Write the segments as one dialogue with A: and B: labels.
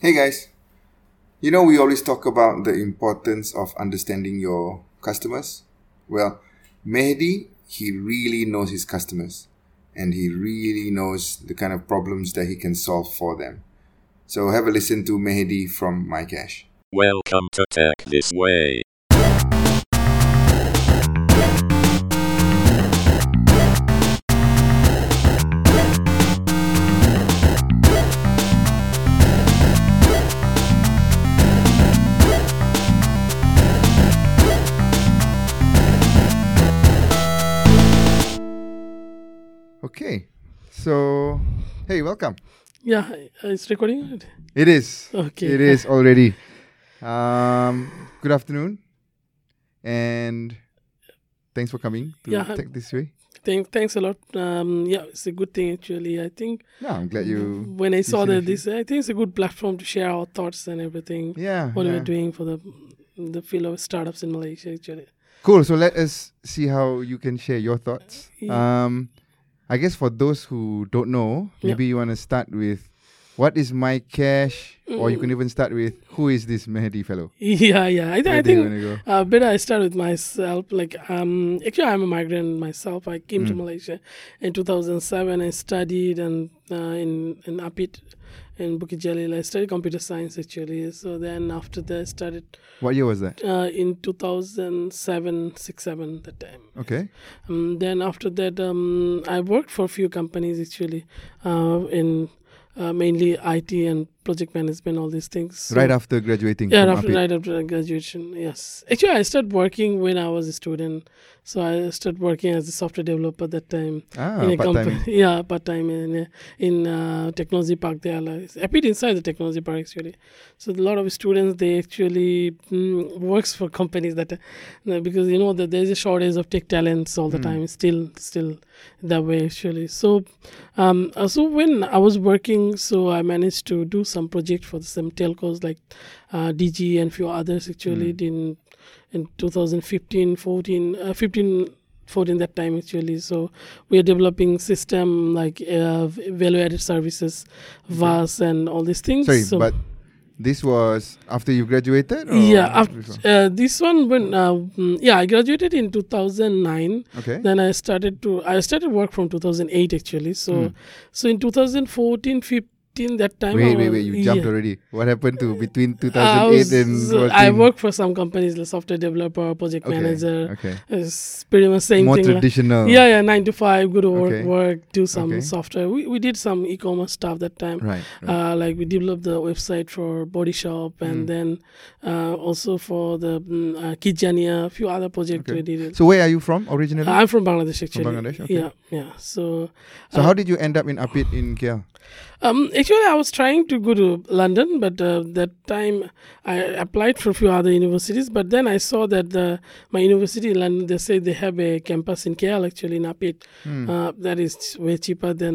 A: Hey guys, you know we always talk about the importance of understanding your customers. Well, Mehdi, he really knows his customers and he really knows the kind of problems that he can solve for them. So have a listen to Mehdi from My Cash.
B: Welcome to Tech This Way.
A: Okay. So, hey, welcome.
C: Yeah, I- it's recording. right?
A: It is.
C: Okay.
A: It is already. Um, good afternoon. And thanks for coming to
C: Yeah.
A: Tech This Way.
C: Thank, thanks a lot. Um, yeah, it's a good thing actually. I think
A: Yeah, I'm glad you.
C: when I saw
A: should-
C: that this, I think it's a good platform to share our thoughts and everything.
A: Yeah.
C: What
A: yeah.
C: we're doing for the the field of startups in Malaysia actually.
A: Cool. So let us see how you can share your thoughts.
C: Yeah.
A: Um, I guess for those who don't know,
C: Yeah.
A: maybe you want to start with what is my cash, or you can
C: Mm.
A: even start with who is this Mehdi fellow.
C: Yeah, yeah. I, th-
A: Where
C: I
A: do you
C: think
A: wanna go?
C: uh, better I start with myself. Like, um, actually, I'm a migrant myself. I came
A: Mm.
C: to Malaysia in 2007. I studied and uh, in in Apit in Bukit Jalil. I studied computer science actually. So then after that, I started
A: What year was that?
C: uh, in 2007 6 7 that time
A: Okay.
C: um, then after that um, i worked for a few companies actually uh, in uh, mainly it and project management all these things So-
A: right after graduating
C: yeah,
A: from
C: after,
A: APIT.
C: right after graduation, yes. Actually, I started working when I was a student, so I started working as a software developer that time
A: Ah,
C: in a
A: part-time.
C: company. Yeah, part time in a, in uh, technology park. There, like, it's a bit inside the technology park actually. So a lot of students they actually mm, works for companies that uh, because you know that there is a shortage of tech talents all the time. Still, still that way actually. So, um, uh, so when I was working, so I managed to do some project for some telcos like uh, DG and few others actually in in 2015, 14, uh, 15 14 that time actually so we are developing system like uh, value added services VAS and all these things
A: Sorry,
C: so,
A: but this was after you graduated? or
C: yeah
A: before?
C: after, uh, this one when uh, mm, yeah i graduated in 2009
A: Okay.
C: then i started to i started work from 2008 actually so so in 2014 15 that time
A: Hmm.
C: I
A: Wait, wait,
C: was-
A: wait. You jumped
C: yeah.
A: already. What happened to between 2008
C: I was-
A: and.
C: I
A: working?
C: work for some companies, like software developer, project
A: Okay,
C: manager.
A: okay.
C: It's pretty much same
A: More
C: thing. like-
A: traditional.
C: yeah, yeah, nine to five, go to work,
A: Okay.
C: work, do some
A: Okay.
C: software. We, we did some e-commerce stuff that time.
A: Right, Hmm.
C: Uh, like we developed the website for Body Shop, and then uh, also for the mm, uh, Kijania, a few other projects we did. it.
A: So where are you from originally?
C: I'm from Bangladesh actually.
A: Bangladesh, okay.
C: Yeah, yeah. So
A: so
C: uh,
A: how did you end up in Apit in KL?
C: um, actually, I was trying to go to London, but uh, that time I applied for a few other universities. But then I saw that the, my university in London, they say they have a campus in KL, actually in Apit, uh, that is way cheaper than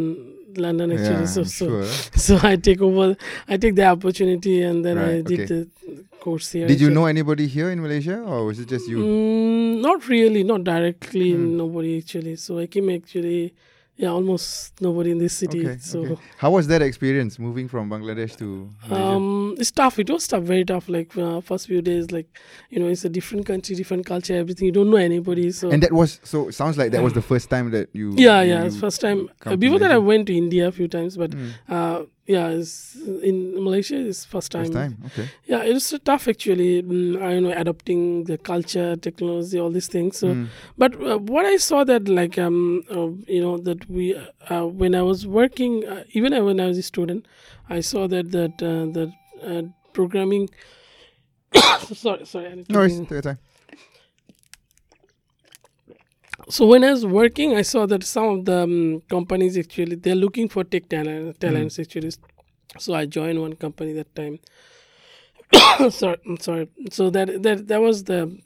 C: London actually.
A: Hmm. Yeah,
C: so,
A: I'm
C: so,
A: sure.
C: so I take over, I take the opportunity, and then I
A: Right,
C: did
A: okay.
C: the course here.
A: Did you
C: actually.
A: know anybody here in Malaysia, or was it just you? Hmm.
C: Mm, not really, not directly. Nobody actually. So I came actually, yeah, almost nobody in this city.
A: Okay,
C: so.
A: okay. How was that experience moving from Bangladesh to Malaysia?
C: Um, it's tough. It was tough, very tough. Like uh, first few days, like you know, it's a different country, different culture, everything. You don't know anybody, so
A: and that was so. it Sounds like that was the first time that you.
C: yeah,
A: you-
C: yeah.
A: you
C: it's first time. uh,
A: come to
C: Before that, I
A: Malaysia. Hmm.
C: went to India a few times, but uh, yeah, it's, in Malaysia, it's first time.
A: First time. Okay.
C: Yeah, it's tough actually. Mm, I, you know, adopting the culture, technology, all these things. So, but uh, what I saw that like um, uh, you know, that we uh, when I was working, uh, even when I was a student, I saw that that uh, that uh, programming. sorry, sorry. I need to
A: No, it's
C: bring-
A: take your time.
C: so when I was working, I saw that some of the um, companies actually they're looking for tech
A: Mm.
C: talent, talents actually. So I joined one company that time. sorry, I'm sorry. So that that that was the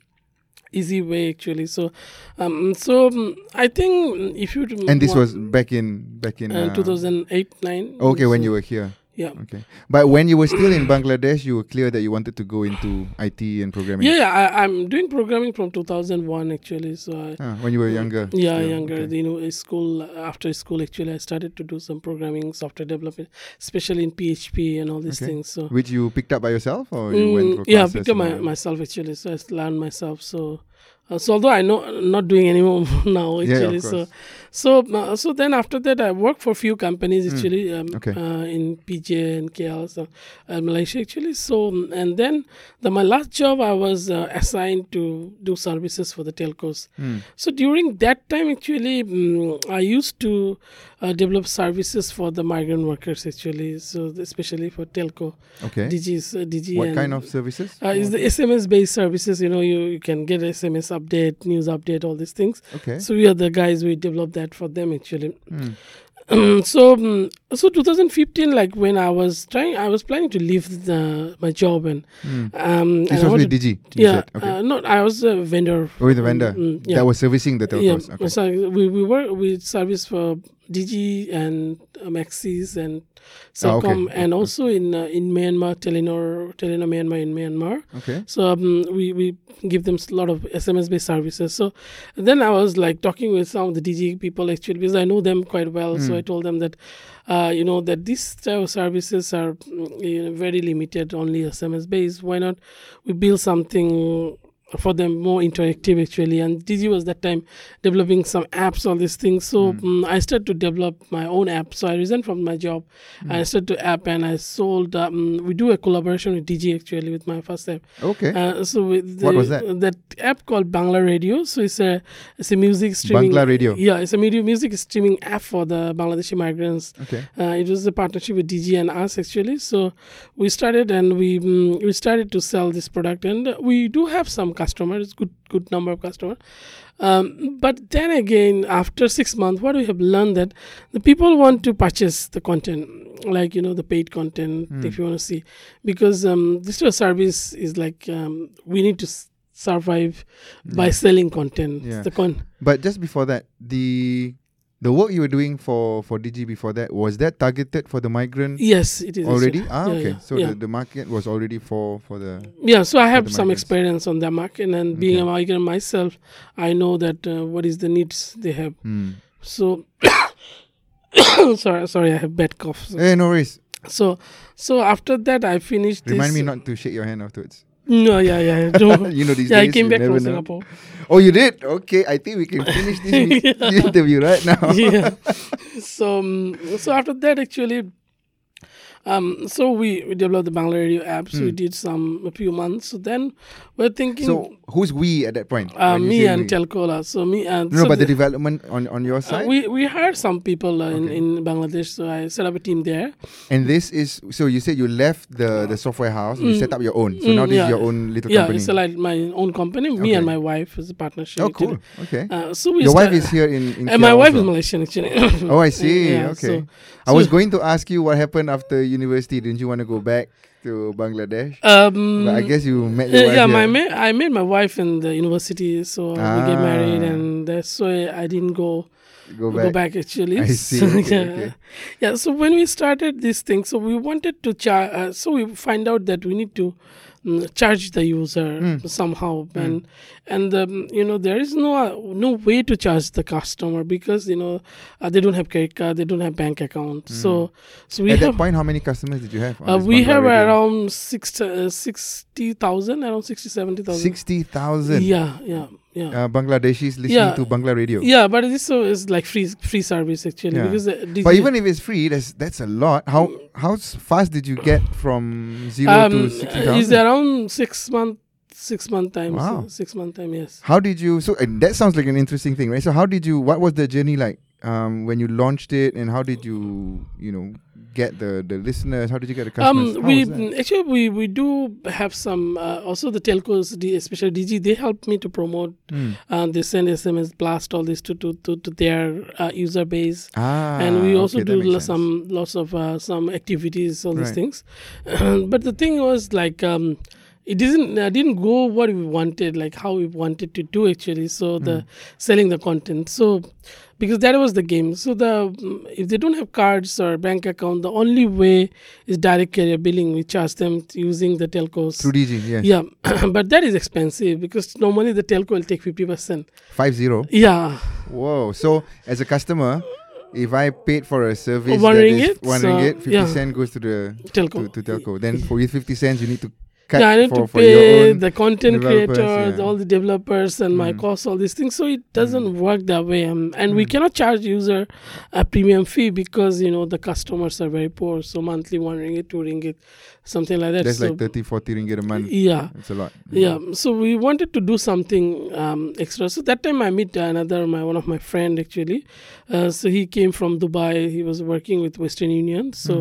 C: easy way actually. So, um, so um, I think if you uh,
A: And this
C: want-
A: was back in back in
C: uh,
A: uh,
C: 2008 nine.
A: Okay, when
C: so-
A: you were Mm. here.
C: Yeah.
A: Okay. But when you were still in Bangladesh, you were clear that you wanted to go into IT and programming.
C: Yeah, yeah I, I'm doing programming from 2001 actually. So I,
A: Ah, when you were younger.
C: Mm. yeah,
A: still,
C: younger.
A: okay.
C: You know, in school after school actually, I started to do some programming, software development, especially in PHP and all these
A: Okay.
C: things. So
A: Which you picked up by yourself, or you went
C: Mm,
A: for
C: yeah, I
A: classes
C: picked up
A: and
C: my,
A: all?
C: myself actually. So I learned myself. So, uh, so although I know I'm not doing anymore now
A: Yeah,
C: actually.
A: of
C: so,
A: course.
C: so uh, so then after that I worked for a few companies actually um,
A: Mm, okay.
C: uh, in PJ and KL so, uh, Malaysia actually. So mm, and then the my last job I was uh, assigned to do services for the telcos.
A: Mm.
C: So during that time actually mm, I used to uh, develop services for the migrant workers actually. So especially for telco.
A: Okay.
C: DG's, uh, DG
A: what
C: and-
A: kind of services?
C: uh, is the SMS based services. You know, you, you can get SMS update, news update, all these things.
A: okay. Hmm.
C: So we are the guys we developed that for them actually. so mm, so 2015, like when I was trying, I was planning to leave the, my job and um, and
A: Hmm. this
C: I
A: was with
C: wanted-
A: Digi. you
C: Yeah,
A: said. Okay.
C: uh, no, I was a vendor.
A: Oh, with the vendor
C: Mm, yeah.
A: that was servicing the telcos.
C: Yeah,
A: Okay.
C: so we, we work with service for DG and uh, Maxis and
A: Ah, okay.
C: Cellcom and also in uh, in Myanmar, Telenor, Telenor Myanmar in Myanmar.
A: Okay.
C: So um, we, we give them a lot of SMS based services. So then I was like talking with some of the DG people actually because I know them quite well. So I told them that, uh, you know, that these type of services are mm, you know, very limited, only SMS based. Why not we build something for them more interactive actually? And DG was that time developing some apps, all these things. So mm. I started to develop my own app. So I resigned from my job. I started to app and I sold. Um, we do a collaboration with DG actually with my first app.
A: Okay.
C: Uh, so with the,
A: What was that?
C: That app called Bangla Radio. So it's a it's a music streaming.
A: Bangla Radio.
C: Yeah, it's a media music streaming app for the Bangladeshi migrants.
A: okay.
C: Uh, it was a partnership with DG and us actually. So we started and we mm, we started to sell this product, and we do have some customers, good good number of customers. Um, but then again, after six months, what we have learned that the people want to purchase the content, like you know the paid content
A: Hmm.
C: if you want to see, because um, this sort of service is like um, we need to s- survive by selling content.
A: Yeah.
C: The con.
A: But just before that, the the work you were doing for for Digi before that was that targeted for the migrant
C: Yes, it is
A: already?
C: actually.
A: Ah,
C: Yeah,
A: okay.
C: yeah,
A: so
C: yeah.
A: The, the market was already for for the
C: Yeah, so I have
A: the
C: some
A: migrants.
C: experience on the market, and being a migrant myself, I know that uh, what is the needs they have.
A: Hmm.
C: So, sorry, sorry, I have bad cough. So,
A: Hey, no worries.
C: so, after that, I finished.
A: Remind
C: this. uh,
A: me not to shake your hand afterwards.
C: No, yeah, yeah, don't.
A: You know these
C: yeah, I
A: days,
C: came
A: you
C: back from
A: never know.
C: Singapore.
A: Oh, you did? Okay, I think we can finish this mi- interview right now.
C: yeah. So, um, so after that, actually, um, so we, we developed the Bangla Radio app. So
A: Hmm.
C: we did some a few months. So then we're thinking.
A: So, who's we at that point?
C: uh,
A: When you
C: me
A: say
C: and
A: we?
C: Telcola. So me and
A: No,
C: so
A: but the
C: the-
A: development on, on your
C: Uh,
A: side?
C: we we hired some people uh, in, in Bangladesh, so I set up a team there.
A: and this is, so you said you left the, the software house, you set up your own. So
C: Mm,
A: now this
C: yeah.
A: is your own little
C: yeah,
A: company.
C: it's uh, like my own company. Me
A: Okay.
C: and my wife is a partnership.
A: oh,
C: actually.
A: cool. Okay.
C: Uh, so we
A: your wife
C: start-
A: is here in, in
C: and my
A: KL
C: wife is
A: also.
C: Malaysian actually.
A: Oh, I see.
C: Yeah,
A: okay.
C: so-
A: I was
C: so-
A: going to ask you what happened after university. Didn't you want to go back to Bangladesh?
C: um,
A: but I guess you met
C: uh,
A: your wife here.
C: yeah, my ma- I met my wife in the university, so we get married,
A: Ah.
C: and that's why I didn't go
A: go
C: go
A: back.
C: back actually.
A: I see,
C: So,
A: okay,
C: yeah.
A: okay.
C: yeah. So when we started this thing, so we wanted to charge. Uh, so we find out that we need to mm, charge the user
A: Hmm.
C: somehow, and and um, you know there is no uh, no way to charge the customer because you know uh, they don't have credit card, they don't have bank account. So so
A: Hmm.
C: we
A: At
C: have.
A: that point, how many customers did you have? on
C: uh,
A: this
C: we
A: Bangla
C: have
A: radio?
C: around six, uh, 60,000, around 60, 70,000.
A: 60,000
C: Yeah, yeah, yeah.
A: uh, Bangladeshis listening
C: Yeah.
A: to Bangla radio.
C: Yeah, but this so is like free free service actually
A: Yeah.
C: because uh, digi-
A: But even if it's free, that's that's a lot. How how s- fast did you get from zero to sixty
C: uh, is
A: thousand?
C: around six month six month time
A: Wow.
C: so six month time yes
A: How did you? So and that sounds like an interesting thing, right? So how did you? What was the journey like um, when you launched it, and how did you you know get the the listeners? How did you get the customers?
C: um
A: How
C: we
A: was that?
C: actually we we do have some uh, also the telcos the- especially dg they help me to promote
A: Hmm.
C: uh, they send sms blast all this to to to, to their uh, user base
A: Ah,
C: and we also
A: okay, that
C: do
A: makes
C: lo-
A: sense.
C: some lots of uh, some activities, all these
A: Right.
C: things. but the thing was like um, it didn't uh, didn't go what
A: Hmm.
C: we wanted, like how we wanted to do actually. So the selling the content. So because that was the game. So the mm, if they don't have cards or bank account, the only way is direct carrier billing. We charge them t- using the telcos.
A: Through DG, yeah.
C: Yeah, but that is expensive because normally the telco will take fifty percent.
A: Five zero.
C: Yeah,
A: Whoa. So as a customer, if I paid for a service
C: One
A: that is
C: ringgit,
A: one
C: so,
A: ringgit, fifty
C: yeah.
A: cent goes to the
C: telco.
A: to, to telco. Then for you fifty cents you need to cut
C: yeah, I need
A: for,
C: to
A: for your
C: pay
A: own.
C: the content
A: developers,
C: creators,
A: yeah.
C: all the developers, and my
A: Mm.
C: costs, all these things. So it doesn't work that way, um, and we cannot charge user a premium fee because you know the customers are very poor. So monthly one ringgit, two ringgit, something like that.
A: That's
C: so
A: like 30, 40 ringgit a month.
C: yeah,
A: It's a lot. Hmm.
C: yeah. So we wanted to do something um, extra. So that time I meet another my one of my friend actually. Uh, so he came from Dubai. He was working with Western Union. So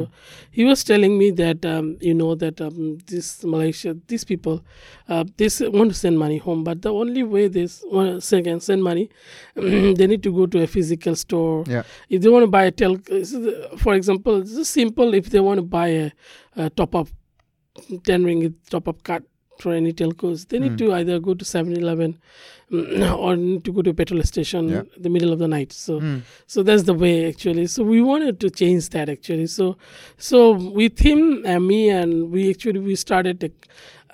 C: he was telling me that um, you know that um, this Malaysia, these people, uh, they s- want to send money home, but the only way they s- want to can send money, they need to go to a physical store.
A: Yeah.
C: If they want to buy a tel, this is the- for example, this is simple. If they want to buy a, a top up 10 ringgit top up card for any telcos. They need to either go to 7 Eleven or need to go to a petrol station
A: Yeah. Hmm.
C: in the middle of the night. So, so that's the way actually. So, we wanted to change that actually. So, so with him and me, and we actually we started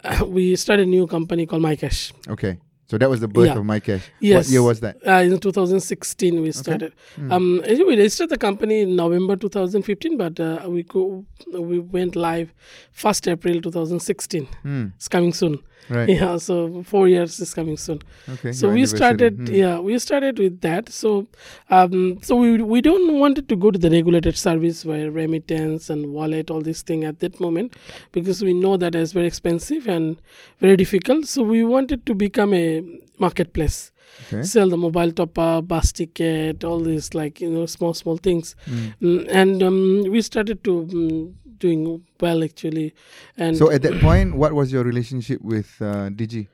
C: a, we started a new company called MyCash.
A: Okay. So that was the birth
C: Yeah.
A: of my cash.
C: Yes.
A: What year was that?
C: Uh, in 2016 we started.
A: Hmm.
C: Um, actually, we registered the company in November 2015, but uh, we go we went live first April 2016.
A: Hmm.
C: It's coming soon.
A: Right.
C: Yeah, so four years is coming soon.
A: Okay.
C: So
A: your
C: we
A: anniversary.
C: started,
A: Hmm.
C: yeah, we started with that. So, um, so we we don't wanted to go to the regulated service where remittance and wallet, all this thing at that moment, because we know that is very expensive and very difficult. So we wanted to become a marketplace
A: Okay.
C: sell the mobile top up, bus ticket, all these like you know small small things,
A: Hmm.
C: Mm, and um, we started to mm, doing well actually, and
A: So at that point, what was your relationship with uh, DG?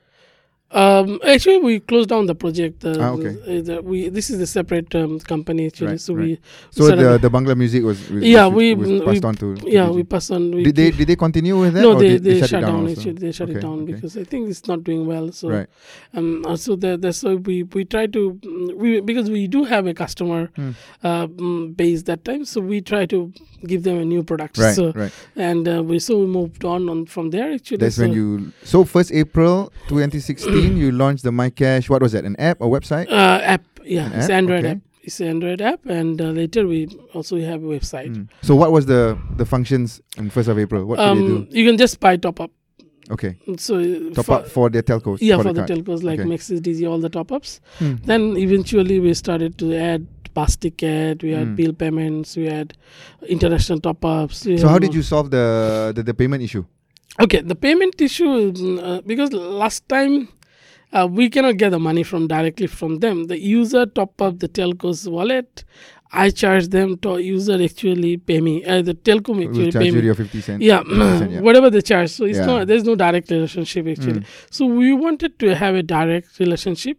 C: um, actually we closed down the project. The,
A: Ah, okay.
C: uh, the- we this is a separate um, company actually,
A: Right,
C: so
A: right.
C: we
A: So
C: started-
A: the the Bangla music was, was
C: yeah
A: was-
C: we
A: was
C: mm,
A: passed
C: we-
A: on to, to
C: yeah
A: DG.
C: we passed on. We,
A: did they did they continue with that?
C: no,
A: or
C: they,
A: did
C: they,
A: shut,
C: shut,
A: it down.
C: down
A: also?
C: actually. They shut
A: Okay,
C: it down
A: okay.
C: because I think it's not doing well. So
A: right.
C: um, uh, so that, that's why we, we try to mm, we because we do have a customer
A: Hmm.
C: uh, mm, base that time, so we try to give them a new product.
A: Right,
C: so,
A: right.
C: And uh, we so we moved on, on from there actually.
A: That's
C: so,
A: when you. So first April 2016, you launched the MyCash. What was that? An app, a website?
C: uh, app yeah,
A: An
C: it's
A: app,
C: Android
A: okay.
C: app. It's an Android app, and uh, later we also have a website.
A: Mm. So what was the the functions on first of April? What did they
C: Um,
A: do?
C: you can just buy top up.
A: Okay,
C: So uh,
A: top
C: for-
A: up for the telcos.
C: Yeah, for,
A: for
C: the,
A: card.
C: telcos like
A: Okay.
C: Maxis, DZ, all the top ups.
A: Hmm.
C: Then eventually we started to add bus ticket, we had
A: Hmm.
C: bill payments, we had international top ups.
A: So how did you solve the the, the payment issue?
C: Okay, the payment issue mm, uh, because last time uh, we cannot get the money from directly from them. The user top up the telco's wallet. I charge them to user actually pay me. Uh, the telco actually
A: We'll charge
C: pay
A: you
C: me.
A: your fifty cents.
C: Yeah,
A: 50%, yeah.
C: whatever they charge. So it's
A: Yeah. Hmm.
C: not there's no direct relationship actually. So we wanted to have a direct relationship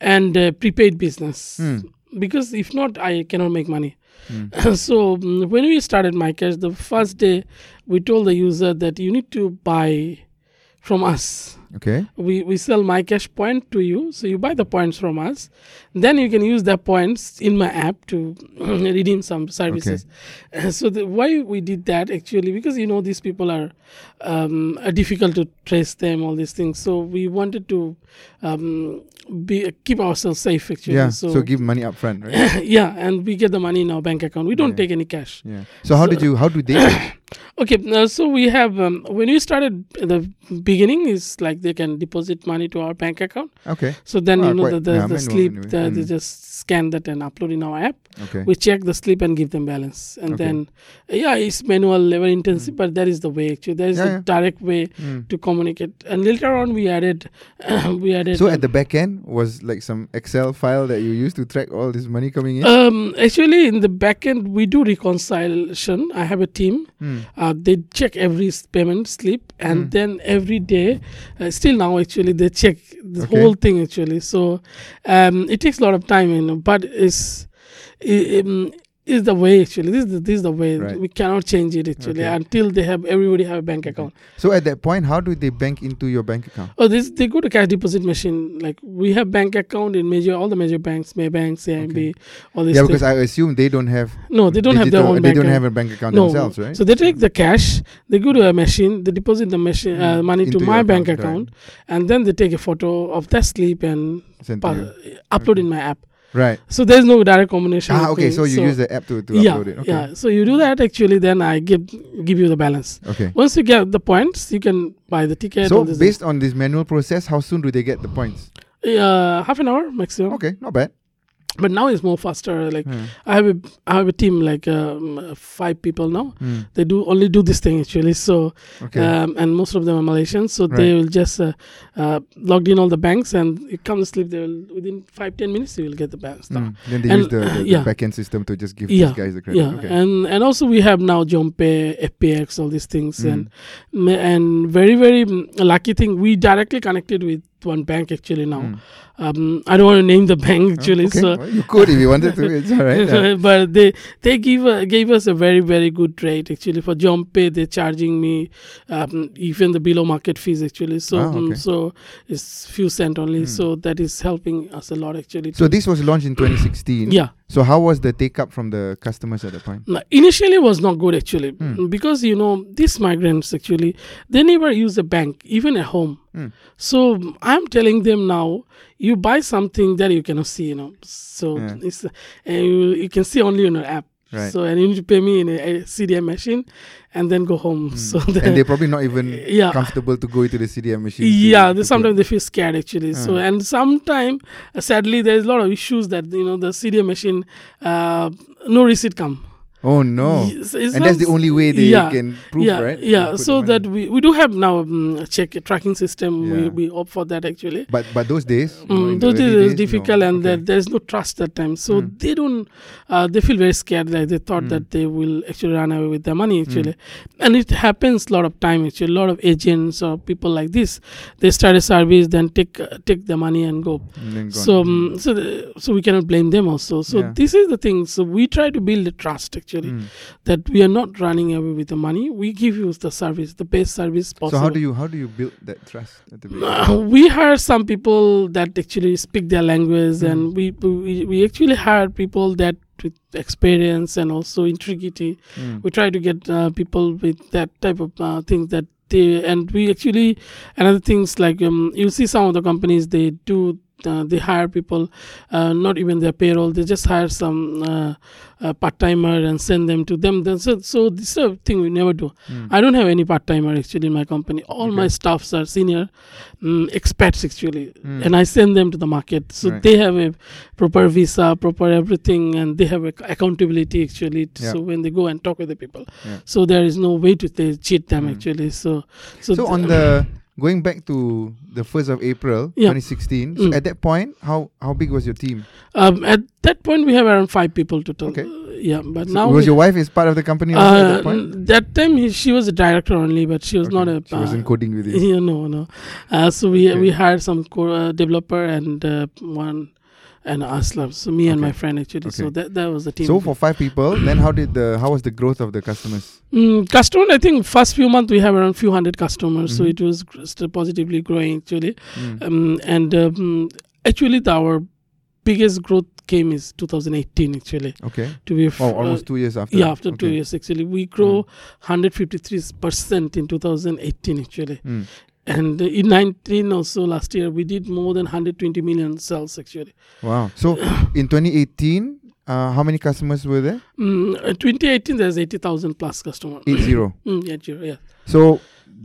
C: and uh, prepaid business
A: Hmm.
C: because if not, I cannot make money. so mm, when we started MyCash, the first day we told the user that you need to buy from us
A: Okay.
C: we, we sell my cash point to you so you buy the points from us then you can use the points in my app to redeem some services so the, why we did that actually because you know these people are um, are difficult to trace them all these things so we wanted to um, be keep ourselves safe actually
A: Yeah. So,
C: so,
A: give money up front, right?
C: yeah and we get the money in our bank account we don't
A: Yeah.
C: take any cash
A: yeah. So how did you? How do they? pay?
C: Okay, now, so we have um, when we started at the beginning is like they can deposit money to our bank account.
A: okay.
C: So then
A: Ah,
C: you know
A: quite-
C: the, the,
A: yeah,
C: the
A: manual
C: sleep
A: anyway.
C: the, they
A: Mm.
C: just scan that and upload in our app.
A: Okay.
C: We check the sleep and give them balance, and
A: Okay. Mm.
C: then yeah, it's manual labor intensive, but that is the way actually. That is
A: Yeah,
C: the
A: yeah.
C: direct way
A: Mm.
C: to communicate. And later on, we added we added.
A: So at the back end was like some Excel file that you used to track all this money coming in.
C: um, actually, in the back end, we do reconciliation. I have a team.
A: Hmm.
C: Uh, they check every s- payment slip, and then every day, uh, still now actually, they check the
A: Okay.
C: whole thing actually. So um, it takes a lot of time, you know, but it's i- um, is the way actually. This is the, this is the way.
A: Right.
C: We cannot change it actually
A: Okay.
C: until they have everybody have a bank account.
A: So at that point, how do they bank into your bank account?
C: Oh, this they go to cash deposit machine. Like we have bank account in major all the major banks, Maybank, CIMB, all these.
A: yeah,
C: things.
A: because I assume they don't have.
C: no, they don't have their
A: digital-
C: own
A: They
C: bank.
A: don't
C: account.
A: have a bank account themselves, right?
C: So they take the cash, they go to a machine, they deposit the machine uh, money
A: Mm. Into
C: to
A: your
C: my bank
A: account, right.
C: account, and then they take a photo of that slip and
A: Send to
C: pa-
A: you.
C: upload in my app.
A: Right.
C: So there's no direct combination.
A: Ah,
C: of
A: okay.
C: things.
A: So you use the app to, to
C: uh, yeah,
A: upload it. Okay.
C: yeah. So you do that actually, then I give give you the balance.
A: Okay.
C: Once you get the points, you can buy the ticket.
A: So
C: all this-
A: based on this manual process, how soon do they get the points?
C: uh, half an hour maximum.
A: Okay, not bad.
C: But now it's more faster. Like
A: Hmm.
C: I have a I have a team like um, five people now.
A: Hmm.
C: They do only do this thing actually. So
A: Okay. Mm.
C: um, and most of them are Malaysians. So they will just uh, uh, logged in all the banks and you come to sleep. They will within five ten minutes you will get the balance now.
A: Mm. Then they
C: and,
A: use the, the,
C: yeah.
A: the backend system to just give
C: Yeah,
A: these guys the credit.
C: Yeah,
A: okay.
C: and and also we have now JompPay, FPX, all these things,
A: Mm.
C: and and and very very mm, lucky thing we directly connected with one bank actually now. Um, I don't want to name the bank actually,
A: Mm. Oh, okay.
C: so
A: well, you could if you wanted to. It's all right. Yeah.
C: but they they give uh, gave us a very very good rate actually for jump pay they're charging me um, even the below market fees actually so
A: Ah,
C: mm,
A: okay. Hmm.
C: so it's few cent only so that is helping us a lot actually
A: So this was launched in 2016.
C: yeah
A: So how was the take up from the customers at the point?
C: No, initially it was not good actually
A: Hmm.
C: because you know these migrants actually they never use a bank even at home
A: Hmm.
C: so mm, i'm telling them now you buy something that you cannot see you know so
A: Yeah.
C: it's and you, you can see only on your app
A: Right.
C: so and you need to pay me in a, a cdm machine and then go home so
A: Hmm. And
C: then
A: they're probably not even
C: Yeah.
A: comfortable to go into Uh-huh. the CDM machine. to-
C: yeah,
A: to
C: they,
A: put-
C: sometimes they feel scared actually. So and sometimes, sadly, there's a lot of issues that you know the CDM machine, uh, no receipt come.
A: Oh no!
C: Yes, it's
A: and that's
C: not-
A: the only way they
C: yeah,
A: can prove,
C: yeah,
A: right?
C: Yeah,
A: They put
C: so
A: the money.
C: that we, we do have now um, a check a tracking system.
A: Yeah.
C: We, we opt for that actually.
A: But but those days, you know, in
C: Mm,
A: the
C: those
A: early
C: days it was
A: days, no.
C: difficult,
A: Okay.
C: and
A: Hmm.
C: there, there's no trust that time. So they don't, uh, they feel very scared. Like they thought that they will actually run away with their money
A: Hmm.
C: actually, and it happens a lot of time actually. A lot of agents or people like this, they start a service, then take uh, take the money and go.
A: And then gone.
C: So, um, so, the, so we cannot blame them also. So
A: Yeah.
C: this is the thing. So we try to build a trust actually,
A: Mm.
C: that we are not running away with the money. We give you the service, the best service possible.
A: so how do you how do you build that trust at the beginning?
C: Uh, we hire some people that actually speak their language,
A: Mm.
C: and we, we we actually hire people that with experience and also integrity.
A: Hmm. Mm.
C: We try to get uh, people with that type of uh, things that they and we actually another things like um, you see some of the companies they do. Uh, they hire people, uh, not even their payroll. They just hire some uh, uh, part timer and send them to them. Then So, so this is a thing we never do. I don't have any part timer actually in my company. All my staffs are senior mm, expats actually, and I send them to the market. So
A: Right.
C: they have a proper visa, proper everything, and they have a accountability actually. t-
A: Yeah.
C: So when they go and talk with the people,
A: Yeah. Mm.
C: so there is no way to they cheat them actually. So, so,
A: So
C: th-
A: on the going back to the first of April,
C: Yeah. Mm.
A: 2016. So at that point, how how big was your team?
C: um, at that point we have around five people total.
A: Okay.
C: Uh, yeah, but
A: So
C: now
A: was
C: we-
A: your wife is part of the company also at
C: uh,
A: that point?
C: that time he, she was a director only, but she was
A: Okay.
C: not a.
A: she wasn't
C: uh,
A: coding with you.
C: Yeah, no, no. Uh, so we
A: Okay.
C: we hired some co- uh, developer and uh, one and Aslam. So me and
A: Okay.
C: my friend actually. So
A: Okay.
C: that that was the team.
A: So for five people, then how did the how was the growth of the customers?
C: mm, customer, I think first few months we have around few hundred customers.
A: Mm-hmm.
C: So it was gr- still positively growing actually,
A: Mm.
C: um, and um, actually the, our biggest growth came is 2018 actually.
A: Okay.
C: To be f-
A: Wow,
C: uh,
A: Oh, almost two years after.
C: yeah, after two
A: Okay. Mm.
C: years actually, we grow 153% in 2018 actually.
A: Mm.
C: And uh, in 19 also last year, we did more than 120 million sales actually.
A: Wow. So in 2018, uh, how many customers were there?
C: Mm, uh, 2018, there's 80,000 plus customer.
A: Eight zero.
C: Mm, yeah, sure, yeah.
A: So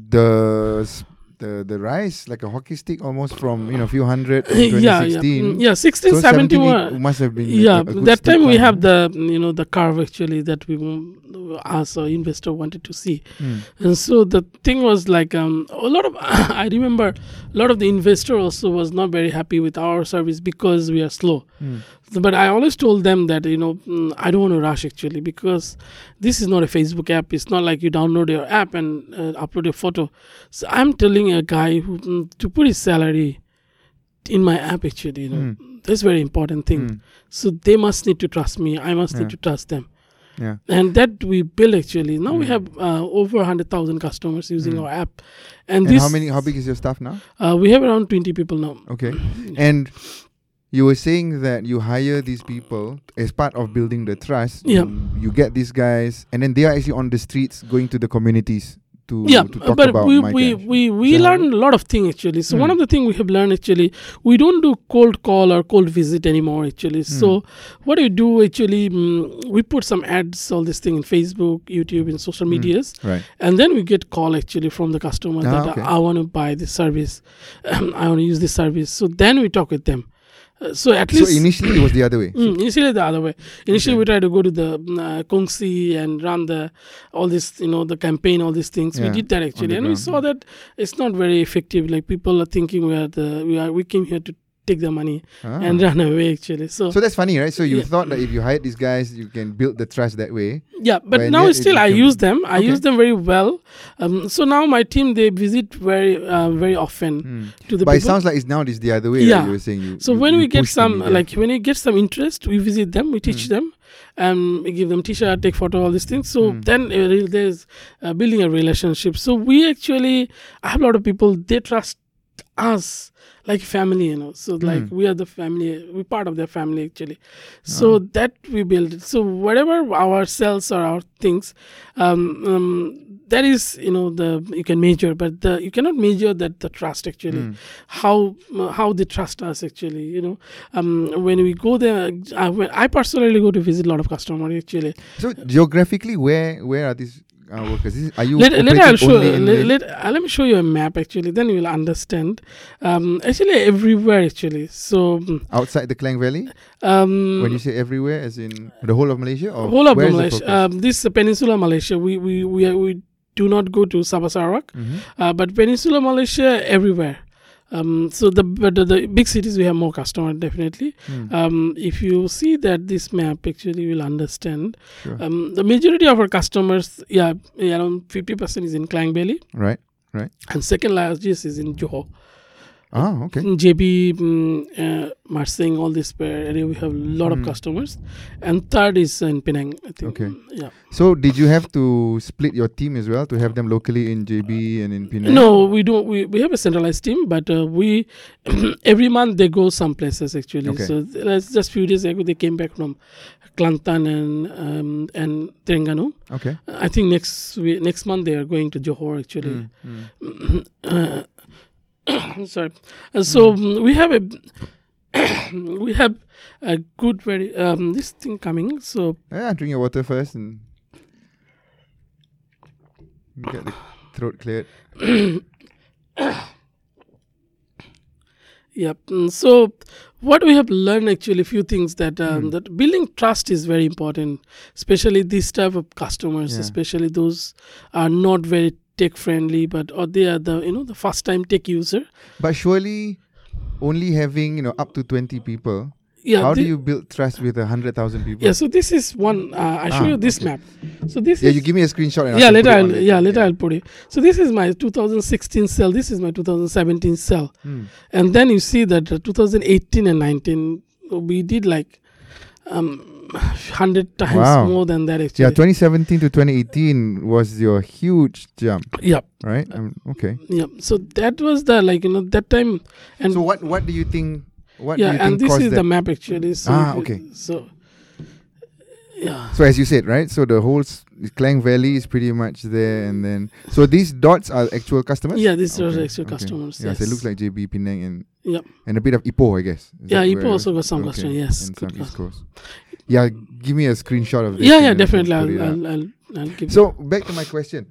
A: the s- the the rise like a hockey stick almost from you know few hundred in
C: yeah, yeah.
A: 2016.
C: Mm, yeah, 16,
A: So
C: 17
A: 17
C: were-
A: must have been a-
C: yeah,
A: a good
C: that
A: step
C: time we
A: up,
C: have
A: eh?
C: the mm, you know the curve actually that we mm, us or investor wanted to see,
A: Mm,
C: and so the thing was like um, a lot of I remember a lot of the investor also was not very happy with our service because we are slow.
A: mm,
C: So- But I always told them that you know mm, I don't want to rush actually because this is not a Facebook app. It's not like you download your app and uh, upload a photo. So I'm telling a guy who mm, to put his salary in my app
A: Hmm. mm.
C: actually you know that's very important thing so they must need to trust me i must need to trust them
A: Yeah. Mm.
C: and that we build actually. Now we have uh, over 100,000 customers using our app, and,
A: And
C: this
A: how many? How big is your staff now?
C: uh, we have around 20 people now.
A: Okay. And you were saying that you hire these people as part of building the trust.
C: Yeah.
A: You, you get these guys, and then they are actually on the streets, going to the communities to
C: yeah,
A: to talk
C: but
A: about
C: we
A: my
C: we,
A: cash.
C: we we
A: Is that how
C: learned a lot of things actually. So one
A: Hmm.
C: of the things we have learned actually, we don't do cold call or cold visit anymore actually.
A: Mm.
C: So what we do actually, mm, we put some ads, all this thing in Facebook, YouTube, and
A: Mm.
C: social medias,
A: Right.
C: and then we get call actually from the customer
A: Ah,
C: that
A: okay.
C: I want to buy this service, I want to use this service. So then we talk with them. Uh, so at
A: So
C: least
A: initially it was the other way.
C: Mm, initially the other way. Initially we try to go to the mm, uh, Kongsi and run the all this you know the campaign all these things.
A: Yeah,
C: we did that
A: the
C: actually, and we
A: ground,
C: saw that it's not very effective. Like people are thinking we are the we are we came here to take the money
A: Ah.
C: and run away actually. So,
A: So that's funny, right? So you
C: Yeah.
A: thought that if you hired these guys, you can build the trust that way.
C: yeah, but
A: when
C: now
A: it-
C: still
A: it
C: I
A: became-
C: use them. I
A: Okay.
C: use them very well. Um, so now my team they visit very uh, very
A: Hmm.
C: often to the
A: but it
C: people.
A: sounds like it's now it's the other way. right?
C: Yeah.
A: You were saying you.
C: So
A: you-
C: when
A: you
C: we get
A: push them Hmm.
C: some,
A: in there.
C: like when we get some interest, we visit them, we teach them, and we give them T-shirt, take photo, all these things. So
A: Hmm.
C: then uh, re- there's uh, building a relationship. So we actually, I have a lot of people. They trust us like family, you know. So like
A: Hmm.
C: we are the family, we're part of their family actually.
A: Ah.
C: So that we build. So whatever our sales or our things, um, um, that is you know the you can measure, but the, you cannot measure that the trust actually
A: Hmm.
C: how how they trust us actually. You know, um, when we go there, I, when I personally go to visit a lot of customers actually.
A: so geographically, where where are these uh, workers? Is, are you
C: Let,
A: operating
C: let, I'll show,
A: only in
C: let,
A: the-
C: let, uh, let me show you a map actually, then you will understand. Um, actually, everywhere actually. So, mm,
A: outside the Klang Valley?
C: um,
A: When you say everywhere, as in the whole of Malaysia, or
C: whole of the
A: where is
C: Malaysia,
A: focus?
C: um, this peninsula Malaysia, we, we, we, are, we do not go to Sabah Sarawak,
A: Mhm.
C: uh, but peninsula Malaysia everywhere. Um, so the, but the the big cities we have more customer definitely.
A: Mm.
C: Um, if you see that this map actually you will understand.
A: Sure.
C: Um, the majority of our customers, yeah, yeah, around fifty percent is in Klang Valley,
A: Right, right.
C: and second largest is in Johor.
A: Ah, okay.
C: In JB, mm, uh, Marsing, all this area we have a lot of customers, and third is in Penang. I
A: Hmm.
C: think.
A: Okay.
C: Yeah.
A: So did you have to split your team as well to have them locally in JB and in Penang?
C: No, we don't. We, we have a centralized team, but uh, we every month they go some places actually.
A: Okay.
C: So th- that's just few days ago they came back from Kelantan and um, and Terengganu.
A: Okay.
C: I think next we, next month they are going to Johor actually.
A: Mm.
C: Uh, I'm sorry. Uh, so mm, we have a we have a good very um, this thing coming. So
A: Yeah, drink your water first and get the throat cleared.
C: Yep. Mm, So, what we have learned actually, a few things that
A: Mm.
C: um, that building trust is very important, especially these type of customers,
A: Yeah.
C: especially those are not very tech friendly, but or they are the you know the first time tech user.
A: But surely, only having you know up to twenty people,
C: Yeah.
A: how do
C: thi-
A: you build trust with a hundred thousand people?
C: Yeah. So this is one. Uh, I show
A: Ah,
C: you this
A: okay.
C: map. So this
A: Yeah,
C: is.
A: you give me a screenshot. And I
C: yeah,
A: can put
C: later.
A: it on
C: I'll, yeah, later I'll put it. So this is my 2016 cell. This is my 2017 cell,
A: Hmm.
C: and then you see that uh, 2018 and 19 we did like um, hundred times
A: Wow.
C: more than that
A: Yeah,
C: actually.
A: 2017 to 2018 was your huge jump,
C: Yeah,
A: right? Um, okay.
C: yeah. So that was the like you know that time, and
A: So what what do you think? What do
C: yeah,
A: you
C: and
A: think
C: this
A: caused
C: is
A: that?
C: the map actually. So
A: Ah,
C: if you-
A: okay.
C: So yeah.
A: So as you said, right? So the whole s- Klang Valley is pretty much there, and then so these dots are actual customers.
C: Yeah, these are
A: Okay,
C: actual
A: okay.
C: customers,
A: Yeah, so it
C: yes.
A: looks like JB Penang and
C: Yeah.
A: and a bit of Ipoh, I guess. Is
C: Yeah,
A: that
C: Ipoh
A: where-
C: also got some customers, yes,
A: and
C: good
A: some East Coast. Yeah, give me a screenshot of this.
C: Yeah,
A: and
C: yeah,
A: then I can
C: definitely.
A: put it
C: I'll,
A: up.
C: I'll, I'll, I'll give.
A: So back to my question.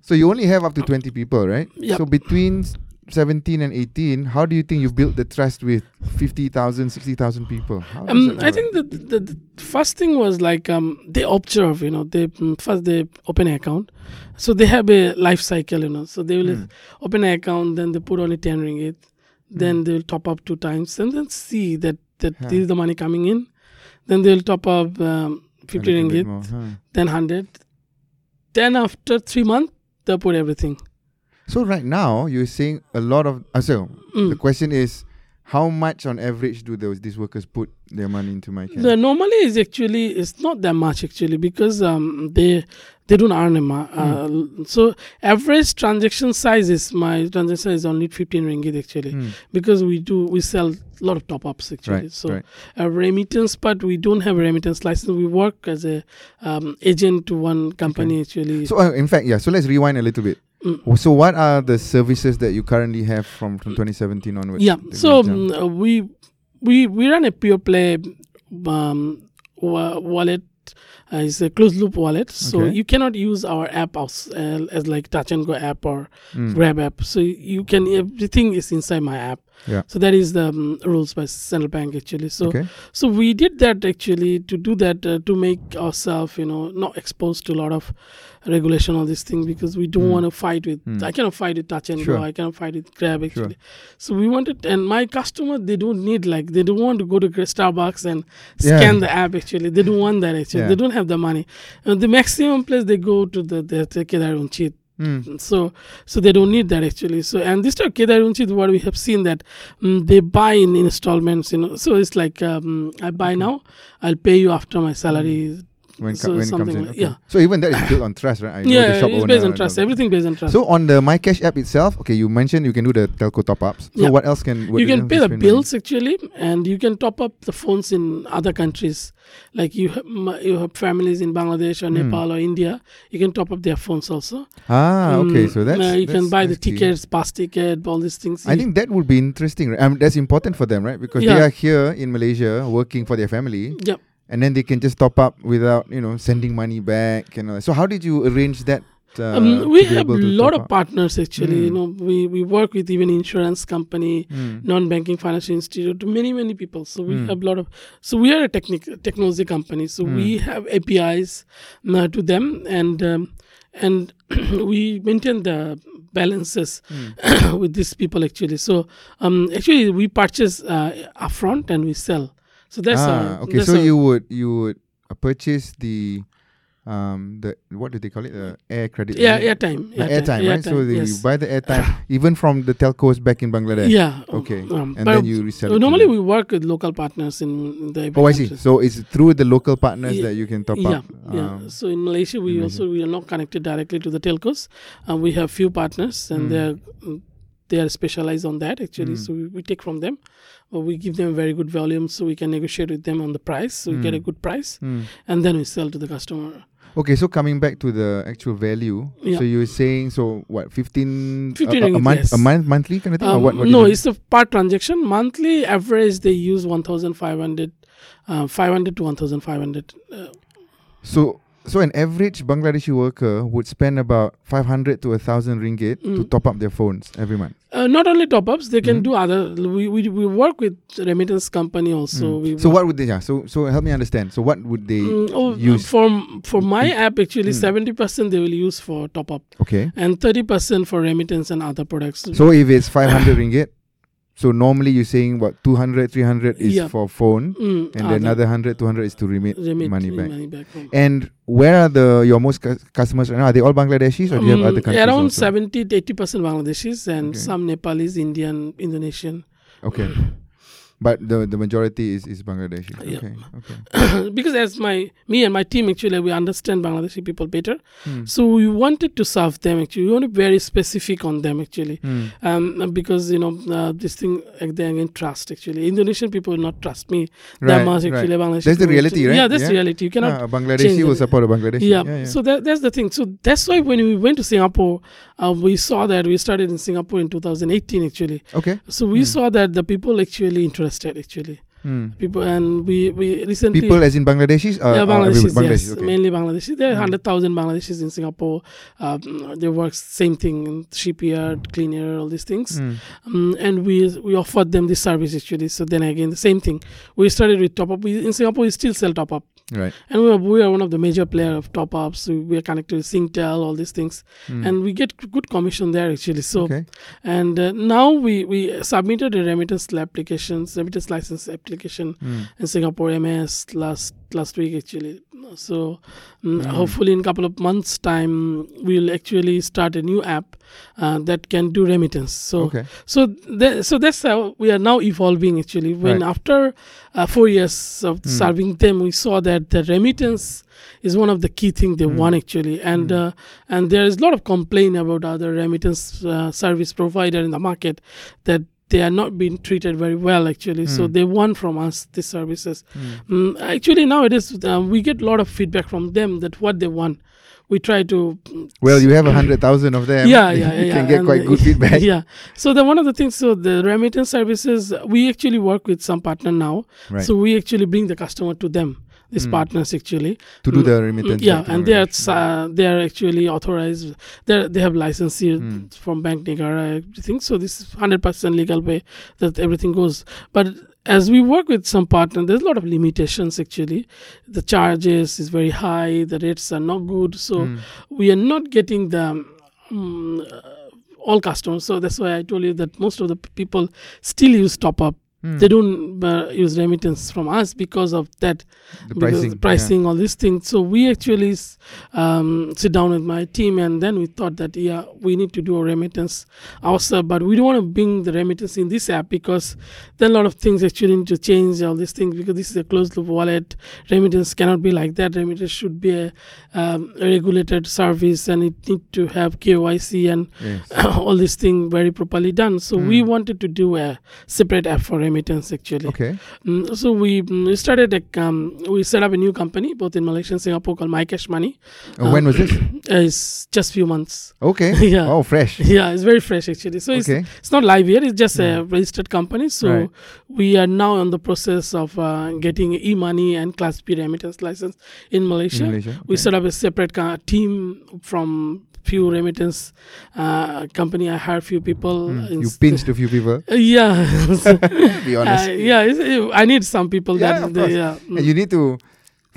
A: So you only have up to twenty people, right?
C: Yup.
A: So between s- seventeen and eighteen, how do you think you built the trust with 50,000, 60,000 people? How does
C: Um,
A: that
C: I
A: work?
C: think the, the, the first thing was like um, they observe, you know, they mm, first they open an account, so they have a life cycle, you know, so they
A: Hmm.
C: will open an account, then they put only ten ringgit, then they will top up two times, and then see that that
A: Huh.
C: this is the money coming in, then they will top up um,
A: A
C: fifty
A: little bit
C: ringgit,
A: more, huh.
C: then hundred, then after three months they put everything.
A: So right now you're seeing a lot of. Uh, so the
C: Mm.
A: question is, How much on average do those these workers put their money into my camp?
C: The normally is actually it's not that much actually because um they they don't earn a ma-
A: Hmm.
C: uh, so average transaction size is my transaction is only 15 ringgit actually because we do we sell a lot of top ups actually
A: Hmm. Right,
C: so
A: right.
C: a remittance part we don't have a remittance license we work as a um, agent to one company actually
A: So uh, in fact, yeah. So let's rewind a little bit.
C: Hmm.
A: Oh, So what are the services that you currently have from, from 2017 onwards?
C: yeah
A: that we
C: so
A: jump?
C: mm, uh, we we we run a pure play um, wa- wallet uh, it's a closed loop wallet so
A: Okay.
C: you cannot use our app as, uh, as like touch and go app or
A: Hmm.
C: grab app so you can everything is inside my app
A: Yeah.
C: so that is the um, rules by central bank actually so
A: Okay.
C: so we did that actually to do that uh, to make ourselves you know not exposed to a lot of regulation on this thing because we don't want to fight with i cannot fight with touch and
A: Hmm. Sure.
C: go i cannot fight with grab actually so we wanted and my customer they don't need like they don't want to go to Gra- starbucks and
A: Yeah.
C: scan the app actually they don't want that actually
A: Yeah.
C: they don't have the money and the maximum place they go to the, the, the Kedarunchit
A: Hmm.
C: so so they don't need that actually so and this time Kedarunchit what we have seen that mm, they buy in installments you know so it's like um, I buy now I'll pay you after my salary
A: when, co-
C: so
A: when it comes
C: something
A: in.
C: like-
A: okay.
C: yeah.
A: So even that is built on trust, right? I know
C: yeah
A: Mm. the shop
C: it's
A: owner
C: based on
A: and
C: trust
A: all that.
C: everything based on trust
A: So on the My Cash app itself, okay, you mentioned you can do the telco top ups. So
C: Yeah.
A: what else can what
C: you can
A: else
C: pay
A: is
C: the
A: spend on?
C: bills actually, and you can top up the phones in other countries. Like you, have, m- you have families in Bangladesh
A: Hmm.
C: or Nepal or India, you can top up their phones also.
A: Ah, okay,
C: Mm,
A: so that's
C: uh, you can
A: that's-
C: buy the
A: that's key.
C: tickets, bus ticket, all these things.
A: I think that would be interesting. Right? I mean, that's important for them, right? Because they
C: Yeah.
A: are here in Malaysia working for their family,
C: yeah.
A: and then they can just top up without you know sending money back and all that. So how did you arrange that? Uh,
C: um, we
A: to be
C: have a
A: able to Hmm.
C: lot
A: top
C: of
A: up?
C: partners actually. You know, we, we work with even insurance company,
A: Hmm.
C: non-banking financial institute, many many people. So we have a lot of. So we are a technic- technology company. So
A: Hmm.
C: we have APIs now uh, to them, and um, and we maintain the balances
A: Hmm.
C: with these people actually. So um, actually we purchase uh, upfront and we sell. So that's
A: ah,
C: our,
A: okay.
C: that's
A: So
C: our-
A: you would you would uh, purchase the um the what do they call it the air credit? is
C: yeah
A: it?
C: airtime
A: The airtime, right? so
C: airtime,
A: they,
C: yes.
A: you buy the airtime even from the telcos back in Bangladesh.
C: Yeah.
A: Okay.
C: um,
A: and
C: but
A: then you resell. it to
C: normally
A: them.
C: we work with local partners in the
A: Oh, I see. So it's through the local partners
C: Ye-
A: that you can top
C: yeah,
A: up.
C: yeah.
A: Um,
C: So in Malaysia, we also we are not connected directly to the telcos, and we have few partners,
A: Hmm.
C: and they are they are specialized on that actually. So we, we take from them, but we give them very good volume, so we can negotiate with them on the price, so we get
A: Hmm.
C: a good price, and then we sell to the customer.
A: Okay, so coming back to the actual value,
C: Yeah.
A: so you're saying so what 15,
C: 15
A: a, a, a
C: ringgit,
A: month
C: yes.
A: a month monthly kind of thing or
C: Um,
A: Uh, what, what do you
C: no,
A: mean?
C: it's a part transaction. Monthly average, they use 1,500, uh, 500 to 1,500. Uh,
A: so so an average Bangladeshi worker would spend about 500 to 1000 ringgit to
C: Mm.
A: top up their phones every month.
C: Uh, not only top ups, they
A: Mm-hmm.
C: can do other. We, we we work with remittance company also. We
A: Mm. So what would they yeah, so so help me understand. So what would they
C: Mm, oh,
A: use?
C: for for
A: Mm.
C: my app actually seventy percent they will use for top up
A: Okay.
C: and thirty percent for remittance and other products.
A: So if it's 500 ringgit, so normally you're saying what 200 300 is
C: Yeah.
A: for phone
C: Mm,
A: and
C: other
A: another 100 200 is to remit,
C: remit
A: money back.
C: home.
A: And where are the your most cus- customers right now? Are they all Bangladeshis or do you have
C: Mm,
A: other countries?
C: around
A: also?
C: 70 to 80 percent Bangladeshis and
A: Okay.
C: some Nepalese, Indian, Indonesian.
A: Okay. But the, the majority is, is Bangladeshi.
C: Yeah.
A: Okay. Okay.
C: because as my me and my team actually we understand Bangladeshi people better,
A: Hmm. Mm.
C: so we wanted to serve them actually. We want to be very specific on them actually,
A: Hmm.
C: um, because you know uh, this thing uh, they again trust actually. Indonesian people will not trust me
A: Right,
C: that much actually.
A: right.
C: Bangladeshi
A: That's the
C: people
A: reality,
C: actually-
A: right?
C: Yeah, that's the
A: Yeah.
C: reality. You cannot.
A: Ah, a Bangladeshi
C: change
A: will
C: it.
A: support a Bangladeshi.
C: Yeah. so that, that's the thing. So that's why when we went to Singapore, uh, we saw that we started in Singapore in 2018 actually.
A: okay.
C: So we saw that the people actually interested actually.
A: Hmm.
C: People and we we recently
A: People uh, as in Bangladeshis? Are,
C: yeah, Bangladeshis, yes,
A: okay. Hmm.
C: mainly Bangladeshis. There are hundred thousand Bangladeshis in Singapore. Um, they work same thing in shipyard, clean air, all these
A: Hmm.
C: things. Um, and we we offered them this service actually. So then again, the same thing. We started with top up. We, in Singapore, we still sell top up,
A: Right.
C: and we are, we are one of the major player of top ups. So we are connected with Singtel, all these things, and we get good commission there actually. So
A: Okay.
C: and uh, now we we submitted a remittance applications, remittance license application application
A: Hmm.
C: in Singapore MS last last week actually. So mm, hopefully in couple of months time we'll actually start a new app uh, that can do remittance. So
A: Okay.
C: so th- so that's how we are now evolving actually. When
A: Right.
C: after uh, four years of serving them, we saw that the remittance is one of the key thing they want actually, and uh, and there is a lot of complaint about other remittance uh, service provider in the market that they are not being treated very well actually so they want from us these services
A: Hmm.
C: Mm, actually nowadays uh, we get a lot of feedback from them that what they want we try to mm,
A: Well, you have a hundred thousand of them.
C: yeah, yeah, yeah.
A: you can
C: yeah.
A: get
C: And
A: quite good feedback.
C: Yeah. So the one of the things, so the remittance services, we actually work with some partner now.
A: Right.
C: So we actually bring the customer to them. These partners actually
A: To do
C: Mm,
A: the Hmm.
C: mm,
A: remittance,
C: Yeah,
A: right, to
C: and
A: the
C: they are
A: remission.
C: uh, they are actually authorized. They they have license here
A: Hmm.
C: from Bank Nigara. Everything. So this is hundred percent legal way that everything goes. But as we work with some partner, there's a lot of limitations actually. The charges is very high. The rates are not good. So
A: Hmm.
C: we are not getting the. Um, all customers. So that's why I told you that most of the p- people still use top up.
A: Hmm.
C: They don't uh, use remittance from us because of that,
A: The
C: because
A: pricing, yeah.
C: pricing, all these things. So we actually s- um, sit down with my team, and then we thought that yeah, we need to do a remittance ourselves, but we don't want to bring the remittance in this app because there are a lot of things actually need to change all these things because this is a closed loop wallet. Remittance cannot be like that. Remittance should be a, um, a regulated service, and it need to have KYC and
A: Yes.
C: all this thing very properly done. So we wanted to do a separate app for remittance actually.
A: Hmm. Okay.
C: Mm, so we mm, we started a um, we set up a new company both in Malaysia and Singapore called My Cash Money.
A: Uh, when was this?
C: Uh, it's just few months.
A: Okay.
C: Yeah.
A: Oh, fresh.
C: Yeah, it's very fresh actually. So
A: Okay.
C: it's, it's not live yet. It's just a registered company. So
A: Right.
C: we are now on the process of uh, getting e-money and Class B remittance license in Malaysia.
A: Malaysia,
C: We
A: okay.
C: set up a separate ca- team from few remittance uh, company. I hired few people.
A: Hmm, You
C: inst-
A: pinched a few people.
C: Uh, yeah,
A: Be
C: uh,
A: honest.
C: yeah. it's- it- I need some people
A: Yeah,
C: that
A: of
C: they-
A: course.
C: yeah.
A: And you need to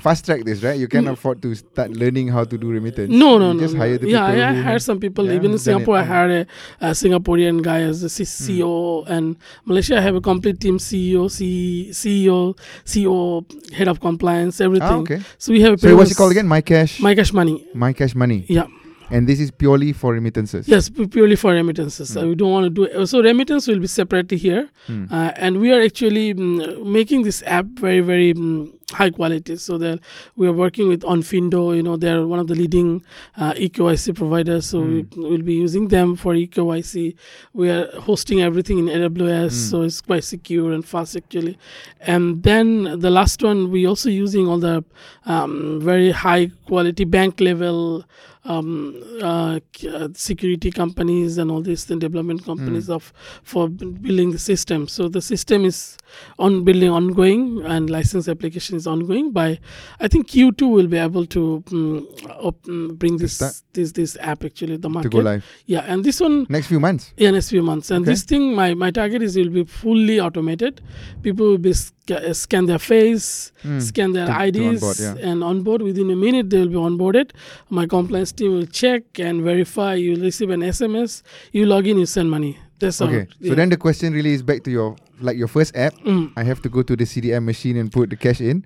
A: fast track this, right? You can't afford to start learning how to do remittance.
C: Hmm. No, no,
A: you
C: no.
A: Just
C: no.
A: hire the
C: yeah,
A: people.
C: I, I
A: who-
C: hired some people.
A: Yeah,
C: Even in
A: you've done it. Hmm.
C: Singapore, I
A: Mm.
C: hired a, a Singaporean guy as a C- CEO, and Malaysia, I have a complete team: CEO, C- E CEO, CEO, head of compliance, everything.
A: Ah, okay.
C: So we have. A
A: So what's
C: previous-
A: it called again? My cash.
C: My cash money.
A: My cash money.
C: Yeah.
A: And this is purely for remittances.
C: Yes, pu- purely for remittances. So we don't want to do so. Remittance will be separately here, uh, and we are actually mm, making this app very, very mm, high quality. So that we are working with Onfindo. You know, they are one of the leading uh, eKYC providers. So we will be using them for E eKYC. We are hosting everything in AWS, so it's quite secure and fast actually. And then the last one, we also using all the um, very high quality bank level um, uh, c- uh, security companies and all these thing, development companies
A: Hmm.
C: of for b- building the system. So the system is on building ongoing, and license application is ongoing. By I think Q2 will be able to mm, op- mm, bring
A: start-
C: this this this app actually the
A: To
C: market.
A: go live.
C: Yeah, and this one
A: Next few months.
C: yeah, next few months. And
A: Okay.
C: this thing, my, my target is it will be fully automated. People will be sc- uh, scan their face, scan their
A: Hmm. To- to
C: IDs,
A: onboard, yeah.
C: and onboard within a minute they will be onboarded. My compliance team will check and verify. You'll receive an SMS. You log in, you send money. That's all.
A: Okay. So
C: Uh-huh. Yeah.
A: then the question really is back to your like your first app.
C: Mm.
A: I have to go to the CDM machine and put the cash in.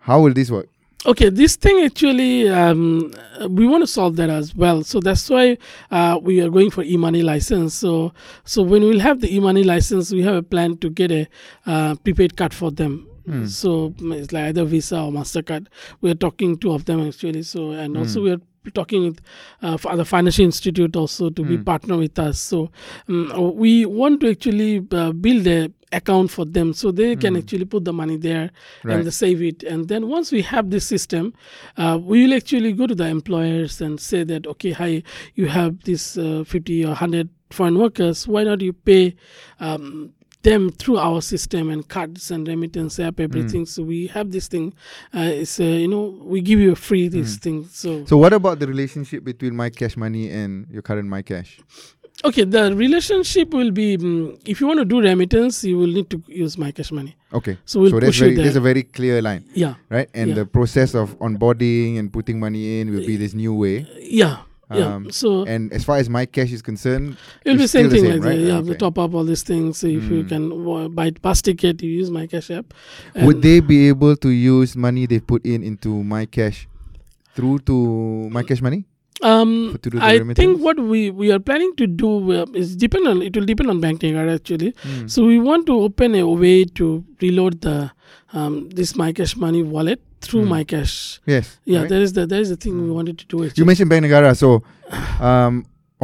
A: How will this work?
C: Okay, this thing actually, um, we want to solve that as well. So that's why uh, we are going for e-money license. So, so when we'll have the e-money license, we have a plan to get a uh, prepaid card for them. So mm, it's like either Visa or Mastercard. We are talking two of them actually. So and also we are talking with uh, for the financial institute also to be partner with us. So um, we want to actually uh, build a account for them so they can actually put the money there
A: Right.
C: and they save it and then once we have this system uh, we will actually go to the employers and say that okay hi you have this uh, 50 or 100 foreign workers why not you pay um, them through our system and cards and remittance app everything so we have this thing uh, it's uh, you know we give you a free this thing Hmm. so
A: So what about the relationship between my cash money and your current my cash?
C: okay the relationship will be mm, if you want to do remittance you will need to use my cash money
A: Okay.
C: So we'll
A: there's
C: push you
A: very
C: there.
A: there's a very clear line.
C: yeah
A: Right? And
C: Yeah.
A: the process of onboarding and putting money in will be this new way.
C: yeah Yeah, so-
A: and as far as my cash is concerned,
C: Uh, It'll be the
A: it's still
C: same thing like
A: right?
C: that. You have
A: Okay. Hmm.
C: to top up all these things. So if you can wa- buy bus ticket, you use my cash app. And
A: Would they be able to use money they put in into my cash through to my cash money?
C: Um,
A: for- to do the
C: I think
A: remittance?
C: what we, we are planning to do uh, is depend on it will depend on Bank Nigar actually.
A: Hmm.
C: So we want to open a way to reload the um, this MyCash money wallet through MyCash.
A: Yes.
C: Yeah,
A: Hmm. right? Hmm.
C: there is the there is the thing we wanted to do. Actually.
A: You mentioned Bank Negara, so um,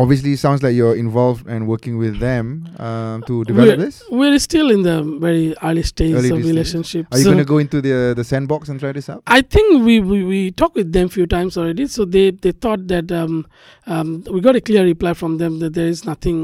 A: obviously it sounds like you're involved and working with them um, to develop
C: we're,
A: this.
C: We're still in the very early stages
A: Early
C: of
A: stages.
C: relationship.
A: Are you
C: so-
A: going to go into the the sandbox and try this out?
C: I think we, we, we talked with them few times already. So they, they thought that um, um, we got a clear reply from them that there is nothing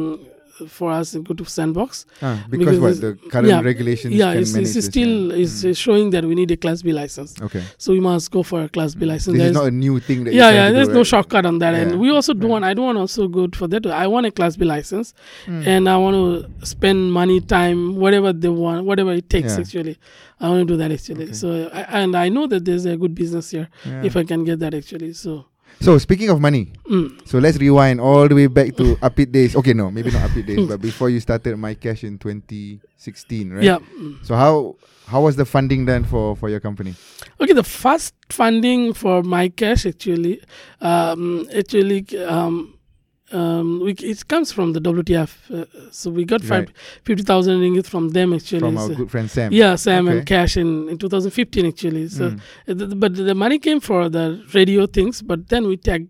C: for us to go to sandbox.
A: Ah, because, what the
C: it's-
A: current
C: yeah,
A: regulations
C: Yeah,
A: can
C: it's,
A: manage
C: it's
A: this,
C: still
A: yeah. Hmm.
C: it's uh, showing that we need a class B license.
A: okay.
C: So we must go for a class B license.
A: Mm. This
C: There
A: is
C: is-
A: not a new thing that. you're
C: yeah,
A: trying
C: yeah.
A: to do,
C: There's no
A: right?
C: shortcut on that, and
A: Yeah,
C: we also do
A: right.
C: want. I don't want also go for that. I want a class B license,
A: Mm.
C: and I want to spend money, time, whatever they want, whatever it takes.
A: Yeah.
C: Actually, I want to do that actually. So, I, and I know that there's a good business here
A: Yeah.
C: if I can get that actually. So,
A: So speaking of money,
C: mm.
A: so let's rewind all the way back to Upbeat days. Okay, no, maybe not Upbeat days, but before you started my cash in 2016, right?
C: yeah. mm.
A: So how how was the funding done for for your company?
C: Okay, the first funding for my cash actually, um, actually, um, um, we, it comes from the WTF. Uh, so we got five
A: Right.
C: fifty thousand ringgit from them actually.
A: From our
C: So-
A: good friend Sam.
C: Yeah, Sam
A: Okay. Mm.
C: and Cash in, in 2015 actually. So, uh, th- but the money came for the radio things, but then we tag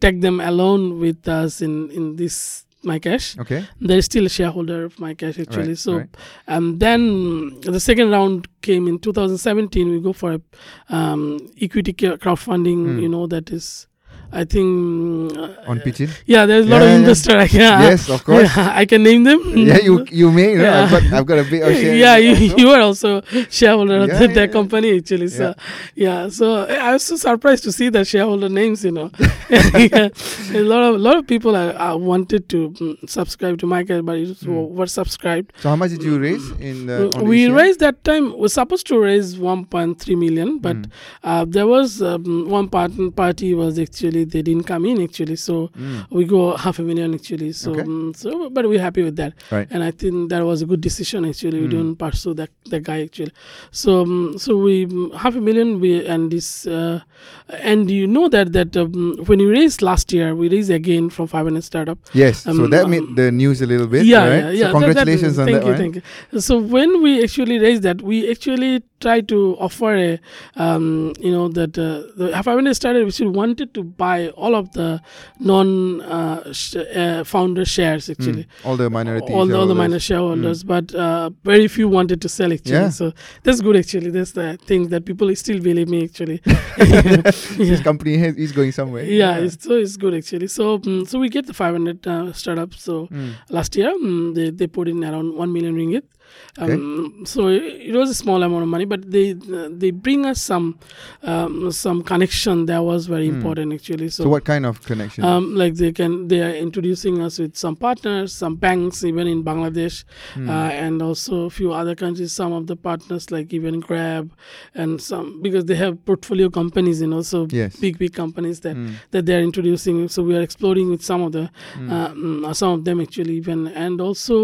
C: tag them alone with us in in this my cash.
A: Okay.
C: They're still a shareholder of my cash actually.
A: Right,
C: so,
A: right.
C: and then the second round came in 2017. We go for a um, equity ca- crowdfunding.
A: Hmm.
C: You know that is, I think. Uh,
A: On pitching.
C: yeah, there's a lot
A: Yeah,
C: of
A: yeah.
C: investor. I can,
A: Yes, of course.
C: Yeah, I can name them.
A: Yeah, you you may. You know, I've
C: Yeah.
A: got I've got a bit of share. in
C: yeah,
A: it
C: you,
A: also.
C: you are also shareholder
A: Yeah,
C: of the,
A: yeah, yeah.
C: the company actually. So yeah, so eh, I I was so surprised to see the shareholder names. You know, a lot of lot of people are, are wanted to mm, subscribe to Michael, but it were subscribed.
A: So how much did you raise in the? on
C: we
A: this year?
C: raised that time. We're supposed to raise 1.3 million, but uh, there was um, one part, party was actually they didn't come in actually, so we go half a million actually. So,
A: Hmm. Okay.
C: mm, so but we're happy with that
A: Right.
C: and I think that was a good decision actually.
A: Hmm.
C: We don't pursue that the guy actually. So um, so we um, half a million we and this uh, and you know that that um, when we raised last year we raised again from five hundred startup.
A: Yes. so
C: Um,
A: that
C: um,
A: made the news a little bit.
C: yeah,
A: right? So
C: yeah, yeah. That- that-
A: congratulations on
C: thank
A: that
C: you,
A: one.
C: Thank you. So when we actually raised that, we actually tried to offer a, um, you know, that uh, the half minute started. We still wanted to buy all of the non uh, sh- uh, founder shares actually.
A: Hmm. All the minorities.
C: All the, all the minor
A: shareholders.
C: shareholders, but uh, very few wanted to sell actually.
A: Mm. Yeah.
C: So that's good actually. That's the thing that people still believe me actually.
A: This company has, is going somewhere.
C: Yeah, It's, so it's good actually. So mm, so we get the 500 uh, startup. So
A: Hmm.
C: last year mm, they they put in around one million ringgit. Um, So it, it was a small amount of money, but they they bring us some um, some connection that was very important actually. So,
A: Hmm. So what kind of connection?
C: um, like they can they are introducing us with some partners some banks even in bangladesh
A: Hmm.
C: uh, and also a few other countries some of the partners like even grab and some because they have portfolio companies you know so
A: Yes.
C: big big companies
A: Hmm.
C: that that they are introducing so we are exploring with some of the
A: Hmm.
C: uh, mm, uh, some of them actually even and also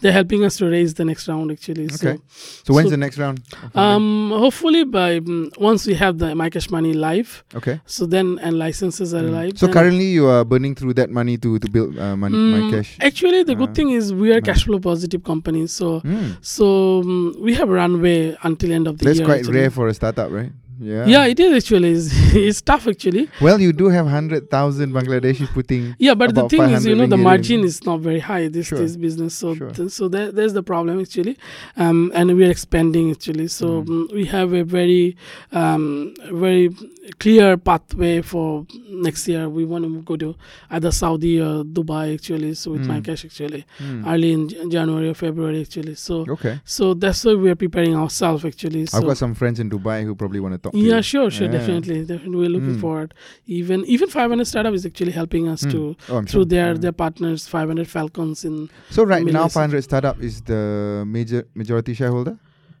C: they're helping us to raise the next round actually
A: okay.
C: so
A: So when's
C: so-
A: the next round?
C: um, hopefully by mm, once we have the mycash money live
A: Okay. Hmm.
C: so then and licenses are live
A: So
C: then-
A: currently you are burning through that money to to build uh, money, my
C: Mm,
A: cash.
C: Actually, the good
A: Uh,
C: thing is we are
A: money.
C: cash flow positive company, so
A: Mm.
C: so um, we have runway until end of the
A: That's
C: year.
A: quite
C: actually.
A: rare for a startup, right? Yeah.
C: yeah, it is actually. It's, it's tough actually.
A: Well, you do have hundred thousand Bangladeshis putting.
C: Yeah, but
A: about
C: the thing is, you
A: 500
C: know,
A: ringgit
C: the
A: in.
C: margin is not very high this
A: Sure.
C: this business. So
A: Sure.
C: th- so there, there's the problem actually, um, and we are expanding actually. So mm, we have a very um, very clear pathway for next year. We want to go to either Saudi or Dubai actually. So with my
A: Mm.
C: cash actually, early in Jan- January or February actually. So
A: Hmm. Okay.
C: so that's why we are preparing ourselves actually. So
A: I've got some friends in Dubai who probably want to talk. to
C: yeah,
A: you.
C: sure, sure,
A: Yeah.
C: definitely, definitely. We're looking
A: Mm.
C: forward. Even even 500 startup is actually helping us to
A: Oh, I'm
C: through
A: sure.
C: their
A: Yeah.
C: their partners 500 falcons in
A: So right now,
C: Malaysia.
A: 500 Startup is the major majority shareholder,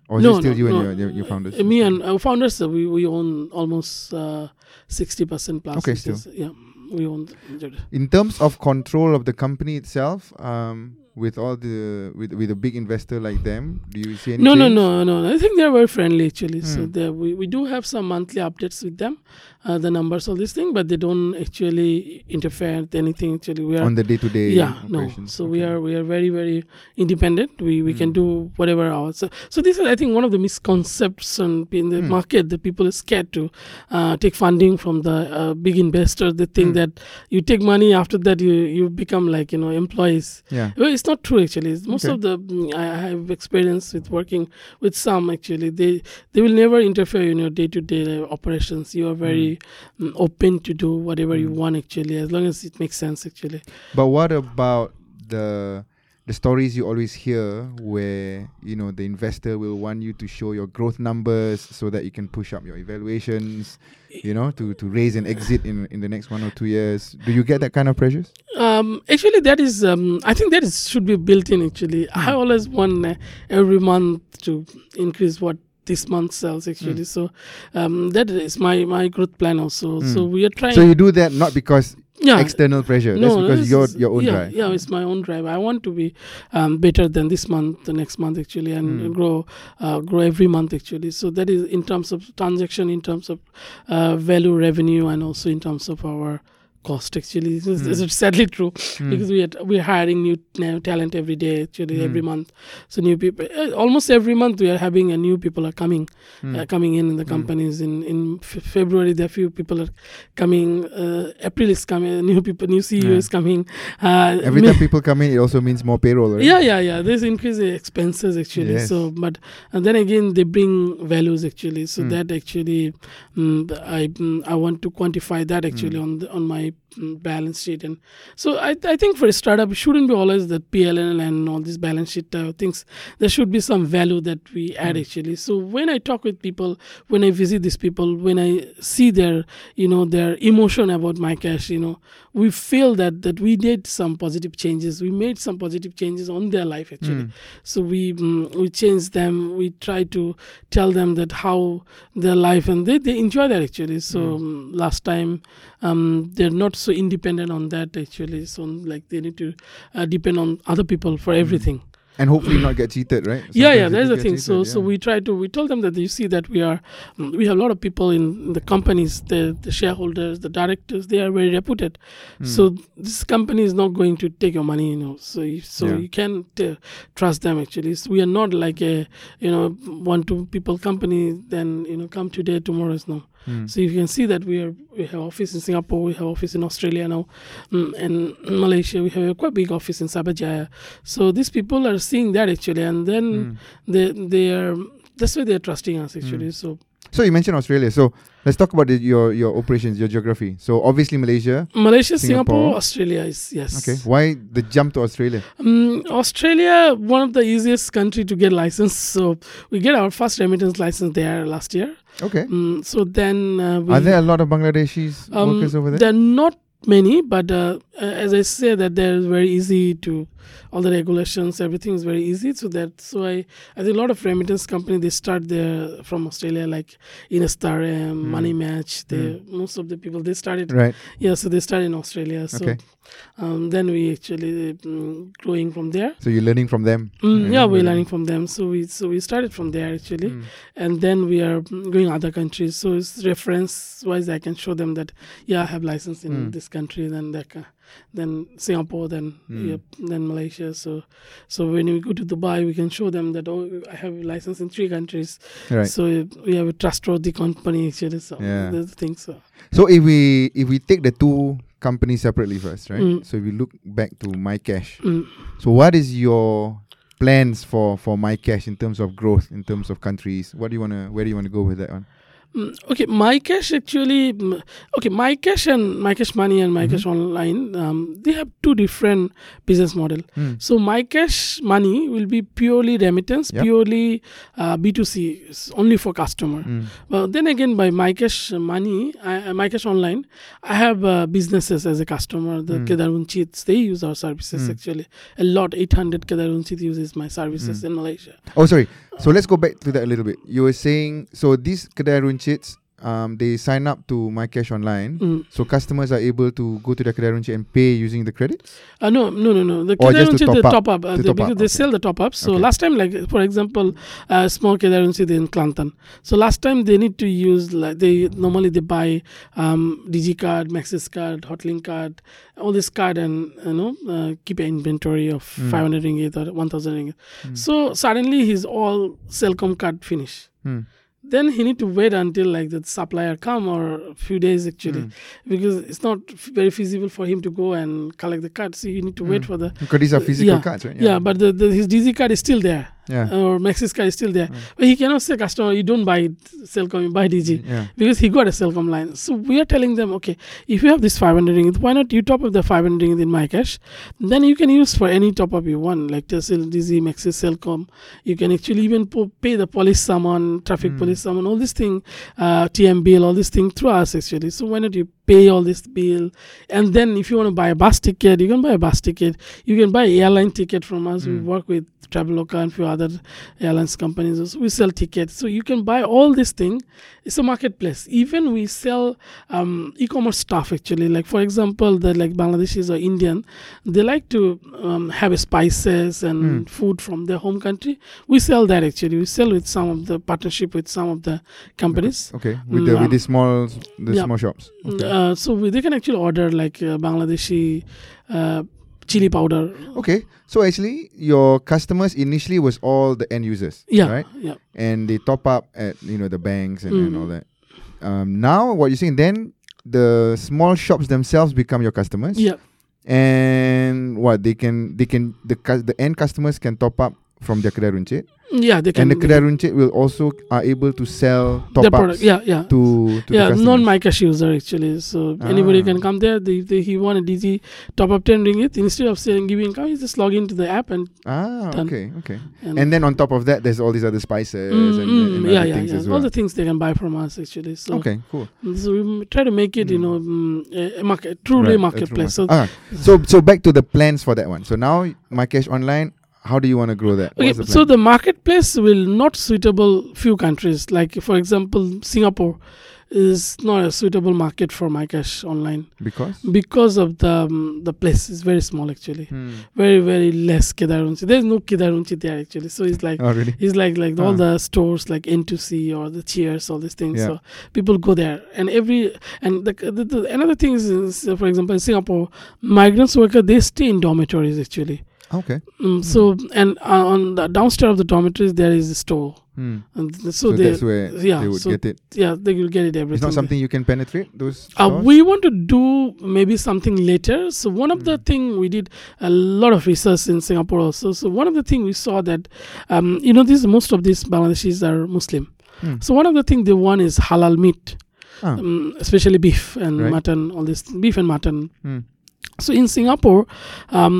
A: or is
C: No,
A: it still
C: no,
A: you and
C: no.
A: your, your, your founders?
C: eh, me and our founders uh, we, we own almost uh, 60% plus
A: Okay,
C: which
A: still.
C: is- yeah we own the,
A: in terms of control of the company itself um with all the with with a big investor like them do you see any
C: no, no,
A: change?
C: no, no, no. I think they're very friendly actually. So
A: Hmm.
C: they, we, we do have some monthly updates with them, uh, the numbers, all this thing, but they don't actually interfere with anything. Actually, we are
A: on the day to day
C: yeah no so we are we are very very independent we we can do whatever ours so, so this is i think one of the misconceptions in the
A: Mm.
C: market that people are scared to uh, take funding from the uh, big investors they think
A: Mm.
C: that you take money after that you you become like you know employees
A: yeah
C: well, it's not true actually. It's Most
A: Okay.
C: of the mm, I I have experience with working with some actually. They they will never interfere in your day to day operations. You are very mm, open to do whatever you
A: Mm.
C: want actually, as long as it makes sense actually.
A: But what about the the stories you always hear where you know the investor will want you to show your growth numbers so that you can push up your evaluations, you know, to, to raise an exit in in the next one or two years. Do you get that kind of pressures?
C: Um, actually, that is. Um, I think that is, should be built in. Actually,
A: Hmm.
C: I always want uh, every month to increase what this month sells. Actually,
A: Hmm.
C: so um, that is my my growth plan also. So we are trying.
A: Hmm. So you do that not because
C: yeah.
A: external pressure, that's because
C: this
A: your
C: is-
A: your own
C: yeah,
A: drive.
C: Yeah, it's my own drive. I want to be um, better than this month, the next month actually, and
A: Hmm.
C: grow uh, grow every month actually. So that is in terms of transaction, in terms of uh, value, revenue, and also in terms of our cost actually. This is, this
A: Hmm.
C: is sadly true because we are we're hiring new, new talent every day actually every
A: Hmm.
C: month. So new people, uh, almost every month we are having a new people are coming
A: Hmm.
C: uh, coming in in the companies. In in f- February there are few people are coming. Uh, April is coming. New people, new CEO is coming. Uh,
A: Every
C: May-
A: time people come in, it also means more payroll, right?
C: yeah, yeah, yeah. There's increase in expenses actually.
A: Yes.
C: So, but and then again, they bring values actually. So
A: Mm.
C: that actually, mm, the- I mm, I want to quantify that actually
A: Hmm.
C: on the, on my mm, balance sheet. And so I I think for a startup, it shouldn't be always the PLN and all these balance sheet uh, things. There should be some value that we add
A: Hmm.
C: actually. So when I talk with people, when I visit these people, when I see their you know their emotion about my cash, you know, we feel that that we did some positive changes. We made some positive changes on their life
A: Hmm.
C: actually. So we mm, we change them. We try to tell them that how their life and they, they enjoy that actually. So mm, last time um, they're not so independent on that actually. So like they need to uh, depend on other people for everything
A: And hopefully not get cheated, right?
C: yeah, yeah,
A: Sometimes they
C: that's
A: do
C: the
A: get
C: thing. So,
A: cheated,
C: so
A: yeah.
C: we try to we told them that you see that we are mm, we have a lot of people in, in the companies, the, the shareholders, the directors. They are very reputed.
A: Hmm.
C: So this company is not going to take your money, you know. So you, so
A: Yeah.
C: you can t- trust them actually. So we are not like a you know one two people company. Then you know come today, tomorrow is
A: Hmm.
C: no. So you can see that we are we have office in Singapore, we have office in Australia now, mm, and in Malaysia we have a quite big office in Sabah So these people are seeing that actually, and
A: Hmm.
C: then they they are that's why they are trusting us
A: Hmm.
C: actually. So
A: So you mentioned Australia. So let's talk about the, your your operations, your geography. So obviously Malaysia.
C: Malaysia,
A: Singapore.
C: Singapore, Australia is yes.
A: Okay. Why the jump to Australia?
C: Um, Australia, one of the easiest country to get license. So we get our first remittance license there last year.
A: Okay.
C: Mm, so then uh, we,
A: Are there a lot of Bangladeshis
C: Um,
A: workers over there?
C: are not many, but uh, uh, as I say, that they're very easy to all the regulations. Everything is very easy, so that's why I think a lot of remittance company they start there from Australia, like Inestar,
A: Hmm.
C: um, Money Match. They most of the people they started
A: right.
C: yeah, so they start in Australia. So
A: Okay.
C: um, then we actually mm, growing from there.
A: So you're learning from them. And
C: Mm, yeah,
A: then
C: we're
A: you-
C: learning from them. So we so we started from there actually,
A: Mm.
C: and then we are mm, going other countries. So it's reference wise, I can show them that yeah, I have license in
A: Mm.
C: this country, then that, ca- then Singapore, then
A: Mm.
C: yep, then Malaysia. So so when we go to Dubai, we can show them that oh, I have license in three countries.
A: Right.
C: So we have a trustworthy company actually. So
A: Yeah.
C: that's the thing. So
A: So if we if we take the two companies separately first, right?
C: Mm.
A: So if we look back to my cash.
C: mm.
A: So what is your plans for for my cash in terms of growth, in terms of countries? What do you wanna where do you wanna go with that one?
C: Mm, okay my cash actually mm, okay my cash and my cash money and my cash online um, they have two different business model so my cash money will be purely remittance
A: Yep.
C: purely uh, b2c it's only for
A: Mm,
C: customer well then again by my cash money I, uh, my cash online i have uh, businesses as a customer the kedarunchits they use our services actually a lot 800 kedarunchit uses my services in malaysia
A: Oh sorry. So let's go back to that a little bit. You were saying so these kedai runcits um, they sign up to My Cash Online,
C: Mm.
A: so customers are able to go to their credit union and pay using the credits.
C: Uh, no, no, no, no. The
A: Or just to
C: Kedarunchi, the
A: top up,
C: top up,
A: to
C: uh, they,
A: top
C: because
A: up,
C: they
A: okay.
C: sell the top ups. So
A: Okay.
C: last time, like for example, uh, small Kedarunchi in Clanton. So last time they need to use like they normally they buy um, Digi card, Maxis card, Hotlink card, all this card and you know uh, keep an inventory of
A: Hmm.
C: 500 ringgit or 1,000 ringgit. So suddenly his all Cellcom card finish
A: Hmm.
C: then he need to wait until like the supplier come or a few days actually because it's not f- very feasible for him to go and collect the card so you need to wait for the
A: Because these are physical
C: yeah,
A: cards, right?
C: yeah, but the, the, his dz card is still there
A: Yeah.
C: or maxis card is still there but he cannot say customer you don't buy it cellcom you buy dg
A: Yeah.
C: because he got a cellcom line so we are telling them okay if you have this 500 ringgit why not you top up the 500 ringgit in my cash then you can use for any top up you want like tesla dz maxis cellcom you can actually even po- pay the police summon traffic police summon all this thing uh, tm bill all this thing through us actually so why not you pay all this bill and then if you want to buy a bus ticket you can buy a bus ticket you can buy airline ticket from us we work with traveloka and few other airlines companies also. we sell tickets so you can buy all this thing it's a marketplace even we sell um, e-commerce stuff actually like for example the like bangladeshis or indian they like to um, have spices
A: Hmm.
C: and food from their home country we sell that actually we sell with some of the partnership with some of the companies
A: Okay, with the
C: Mm,
A: with the small the
C: yeah.
A: small shops. Okay.
C: uh, so we, they can actually order like uh, Bangladeshi uh, chili powder.
A: okay, so actually, your customers initially was all the end users,
C: Yeah,
A: right?
C: yeah.
A: And they top up at you know the banks and,
C: Mm.
A: and all that. Um, now what you're saying, then the small shops themselves become your customers.
C: Yeah,
A: and what they can they can the cus- the end customers can top up from their kedai runcit
C: yeah, they can.
A: and the
C: they
A: kedai runcit will also are able to sell
C: can-
A: top
C: their
A: ups
C: product, yeah, yeah,
A: to, to
C: yeah.
A: the customers.
C: Non Micah user actually, so anybody
A: Ah.
C: can come there. They, they, he want a DG top up ten ringgit instead of saying giving income, he just log into the app and
A: ah
C: done.
A: okay okay
C: and,
A: and then on top of that there's all these other spices
C: Mm,
A: and,
C: mm,
A: and
C: yeah,
A: other
C: yeah,
A: things
C: yeah.
A: as
C: All
A: well
C: the things they can buy from us actually. So,
A: okay cool
C: so we try to make it, you know, mm, a- a market, truly
A: Right, a true
C: marketplace. So
A: market. Ah, so so back to the plans for that one so now my cash online how do you want to grow that
C: Okay,
A: What's the
C: so
A: plan?
C: the marketplace will not suitable few countries. Like for example, Singapore is not a suitable market for my cash online
A: because
C: because of the um, the place is very small actually,
A: Hmm.
C: very very less kedarunchi. There's no kedarunchi there actually, so it's like
A: oh really
C: it's like like all
A: Ah.
C: the stores like N2C or the Cheers, all these things.
A: Yeah.
C: So people go there, and every and the, the, the another thing is, is uh, for example, in Singapore, migrants worker they stay in dormitories actually.
A: okay
C: Mm, so and uh, on the downstairs of the dormitories there is a store,
A: Hmm.
C: and th- so,
A: so,
C: they
A: that's where
C: yeah,
A: they would
C: so-
A: get it
C: yeah they will get it everything.
A: it's not something you can penetrate those
C: Uh,
A: stores?
C: we want to do maybe something later. So one of
A: Hmm.
C: the thing we did a lot of research in Singapore also. So one of the thing we saw that, um, you know, this most of these Bangladeshis are Muslim.
A: Mm.
C: So one of the thing they want is halal meat,
A: Ah.
C: um, especially beef and
A: Right.
C: mutton, all this beef and mutton.
A: Mm.
C: So in Singapore, um,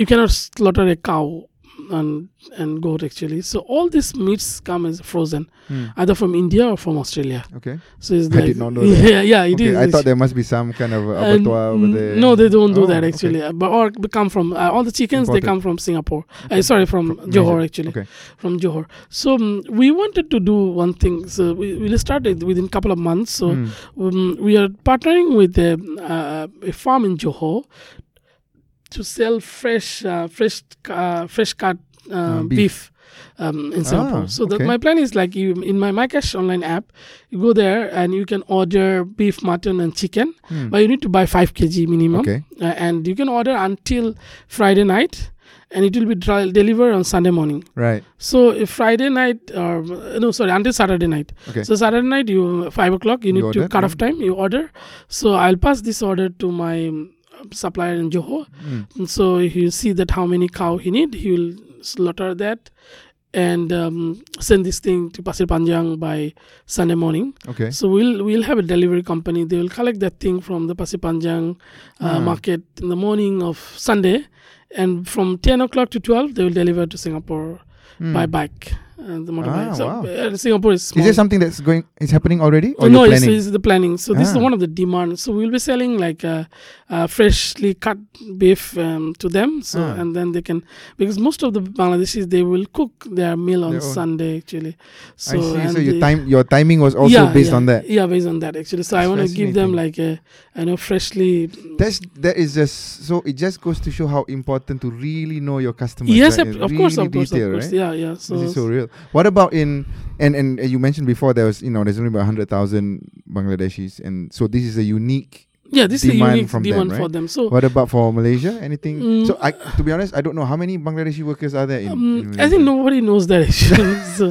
C: you cannot slaughter a cow and and goat actually. So all these meats come as frozen,
A: Hmm.
C: either from India or from Australia.
A: Okay.
C: So it's
A: I
C: like
A: did not know
C: yeah, yeah, it
A: okay. I
C: is
A: thought
C: actually.
A: there must be some kind of
C: Uh,
A: abattoir over
C: n-
A: there.
C: No, they don't do
A: Oh,
C: that
A: okay.
C: actually. Uh, But or b- come from uh, all the chickens
A: Imported.
C: they come from Singapore. Uh, sorry, from,
A: From
C: Johor
A: Malaysia.
C: actually,
A: Okay.
C: from Johor. So um, we wanted to do one thing. So we will start it within couple of months. So
A: Mm.
C: um, we are partnering with a, uh, a farm in Johor to sell fresh, uh, fresh, uh, fresh cut uh, beef.
A: beef.
C: um, in Singapore,
A: Ah,
C: so that
A: okay.
C: my plan is like you in my MyCash online app, you go there and you can order beef, mutton, and chicken,
A: Hmm.
C: but you need to buy five kg minimum,
A: Okay.
C: uh, and you can order until Friday night, and it will be dri- delivered on Sunday morning.
A: Right.
C: So if Friday night, or no, sorry, until Saturday night.
A: Okay.
C: So Saturday night, you five o'clock, you
A: You
C: need to
A: order, Hmm.
C: cut
A: yeah.
C: off time. You order. So I'll pass this order to my um, supplier in Johor.
A: Mm.
C: And so he'll see that how many cow he need. He will slaughter that and um, send this thing to Pasir Panjang by Sunday morning.
A: Okay.
C: So we'll we'll have a delivery company. They will collect that thing from the Pasir Panjang uh,
A: Ah.
C: market in the morning of Sunday, and from ten o'clock to twelve, they will deliver to Singapore by bike. uh, the motorbikes.
A: Hmm. Ah,
C: So,
A: wow.
C: uh, Singapore is small. Oh,
A: Is there something that's going? Is happening already? Or
C: no,
A: you're
C: it's,
A: planning?
C: it's the planning. So this is
A: Ah.
C: one of the demand. So we'll be selling like uh, uh, freshly cut beef um, to them. So
A: Ah.
C: and then they can because most of the Bangladeshis they will cook their meal on
A: Their own.
C: Sunday actually. So
A: I see.
C: and
A: So your
C: they-
A: time, your timing was also
C: yeah,
A: based
C: yeah,
A: on that.
C: Yeah, based on that actually. So I
A: That's
C: want to give them
A: fascinating.
C: like a I know freshly.
A: That's that is just so it just goes to show how important to really know your customers.
C: Yes,
A: right?
C: of,
A: In
C: of course,
A: really
C: of course,
A: detail,
C: of course.
A: right?
C: Yeah, yeah. So,
A: this is so real. What about in and and uh, you mentioned before there was you know there's only about hundred thousand Bangladeshis and so this is a unique.
C: yeah, this is a
A: demand
C: unique
A: from them,
C: demand for
A: right?
C: them. So
A: What about for Malaysia? Anything?
C: Mm.
A: So I to be honest, I don't know how many Bangladeshi workers are there in. in
C: Um, I
A: Malaysia?
C: think nobody knows that actually. so,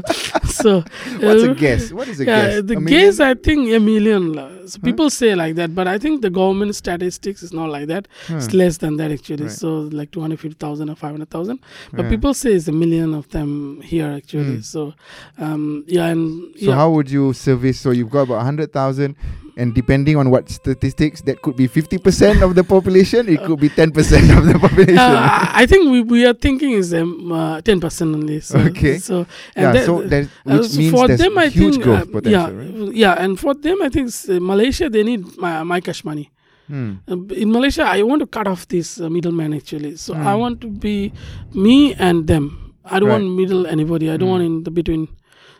C: so
A: What's a
C: uh,
A: guess? What is a
C: yeah,
A: guess?
C: the
A: A
C: guess
A: million?
C: I think a million. lah. So people say like that, but I think the government statistics is not like that.
A: Huh.
C: It's less than that actually.
A: Right.
C: So like two hundred fifty thousand or five hundred thousand. But
A: Yeah.
C: people say it's a million of them here actually.
A: Mm.
C: So, um, yeah, and
A: So
C: yeah.
A: how would you service? So you've got about hundred thousand, and depending on what statistics, that could be fifty percent of the population. It could be ten percent of the population.
C: uh, I think we, we are thinking is um, uh, 10% only. So,
A: Okay.
C: So, and
A: yeah.
C: that-
A: so there's,
C: Uh,
A: which
C: so
A: means
C: for
A: there's
C: them, I
A: huge
C: think,
A: growth
C: uh,
A: potential,
C: yeah,
A: right?
C: yeah, and for them, I think s- uh, Malaysia they need my, my cash money.
A: Hmm.
C: Uh, b- in Malaysia, I want to cut off this uh, middleman actually. So
A: Hmm.
C: I want to be me and them. I don't want middle anybody. I don't want in the between.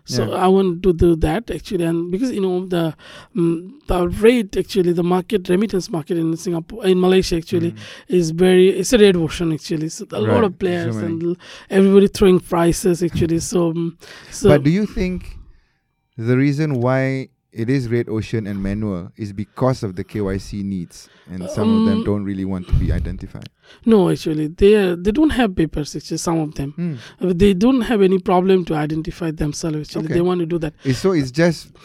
C: So
A: Hmm. Yeah.
C: I want to do that actually, and because you know the mm the rate actually the market remittance market in Singapore in Malaysia
A: Hmm.
C: actually is very it's a red ocean actually. So a lot
A: Right.
C: of players
A: So many.
C: and l- everybody throwing prices actually. so mm, so
A: but do you think the reason why it is red ocean and manual is because of the KYC needs, and some of them
C: Um,
A: don't really want to be identified.
C: No, actually, they are, they don't have papers. Actually, some of them
A: Hmm.
C: Uh, they don't have any problem to identify themselves. Actually,
A: Okay.
C: they want to do that.
A: It's, so it's just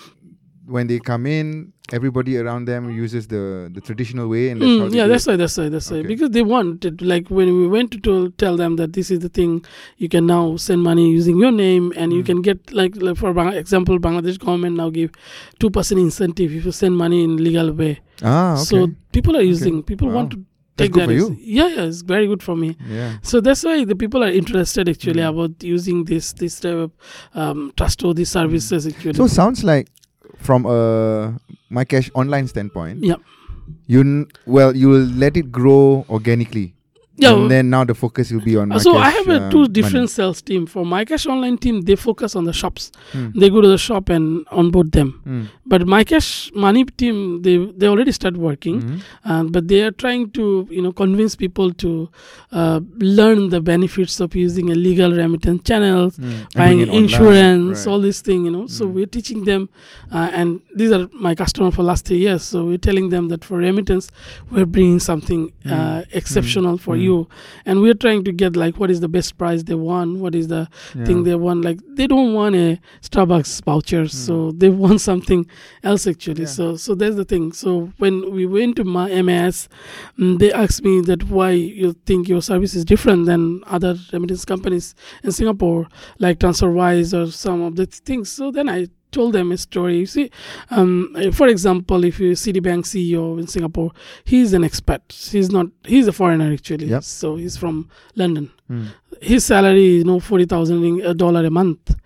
A: when they come in, everybody around them uses the the traditional way, and that's
C: Mm,
A: how they
C: yeah,
A: do
C: that's
A: it.
C: why. That's why. That's why.
A: Okay.
C: Because they wanted, like, when we went to tell, tell them that this is the thing, you can now send money using your name, and
A: Mm.
C: you can get, like, like for Bang- example, Bangladesh government now give two percent incentive if you send money in legal way.
A: ah okay.
C: So people are using. People
A: Wow.
C: want to
A: That's
C: take
A: good
C: that.
A: for
C: as-
A: you.
C: Yeah, yeah, it's very good for me.
A: yeah.
C: So that's why the people are interested actually
A: Mm.
C: about using this this type of um, trustworthy services actually.
A: Mm. So sounds like from a my cash online standpoint,
C: yeah,
A: you n- well you will let it grow organically.
C: yeah.
A: And then now the focus will be on.
C: Uh, so
A: Marrakesh,
C: I have a
A: um,
C: two
A: money.
C: different sales team. For MyCash Online team, they focus on the shops.
A: Hmm.
C: They go to the shop and onboard them.
A: Mm.
C: But MyCash Money team, they they already start working,
A: Mhm.
C: uh, but they are trying to you know convince people to uh, learn the benefits of using a legal remittance channel.
A: Mm. And doing
C: buying
A: it online.
C: insurance,
A: Right. Mm.
C: all this thing, you know. So we're teaching them, uh, and these are my customer for last three years. So we're telling them that for remittance, we're bringing something
A: Mm.
C: uh, exceptional for you, and we're trying to get like what is the best price they want, what is the thing they want. Like they don't want a Starbucks voucher, so they want something else actually. So so that's the thing. So when we went to my MAS, mm, they asked me that why you think your service is different than other remittance companies in Singapore, like TransferWise or some of the things. So then I told them a story. You see, um, uh, for example, if you Citibank CEO E in Singapore, he's an expat. He's not. He's a foreigner actually.
A: Yep.
C: So he's from London.
A: Mm.
C: His salary is no forty thousand ring a dollar a month,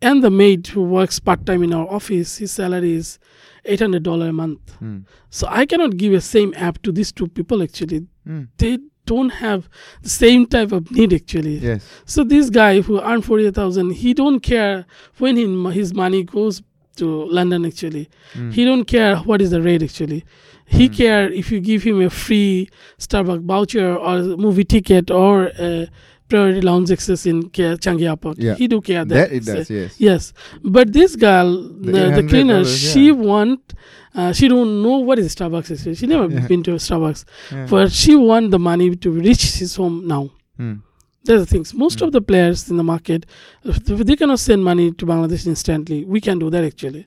C: and the maid who works part time in our office, his salary is eight hundred dollar a month.
A: Mm.
C: So I cannot give a same app to these two people actually.
A: Mm.
C: They don't have the same type of need actually.
A: Yes.
C: So this guy who earned forty thousand, he don't care when he, his money goes to London. Actually,
A: Mm. Hmm.
C: he don't care what is the rate. Actually, he care if you give him a free Starbucks voucher or movie ticket or a priority lounge access in K- Changi Airport.
A: Yeah.
C: He do care that.
A: That it does.
C: So-
A: yes.
C: Yes, but this girl, the, the
A: $800,
C: cleaner,
A: yeah.
C: she want, uh, she don't know what is Starbucks. Actually, she never
A: Yeah.
C: been to Starbucks,
A: Yeah.
C: but she want the money to reach his home now.
A: Mm.
C: That's the things. Most of the players in the market, if they cannot send money to Bangladesh instantly. We can do that actually.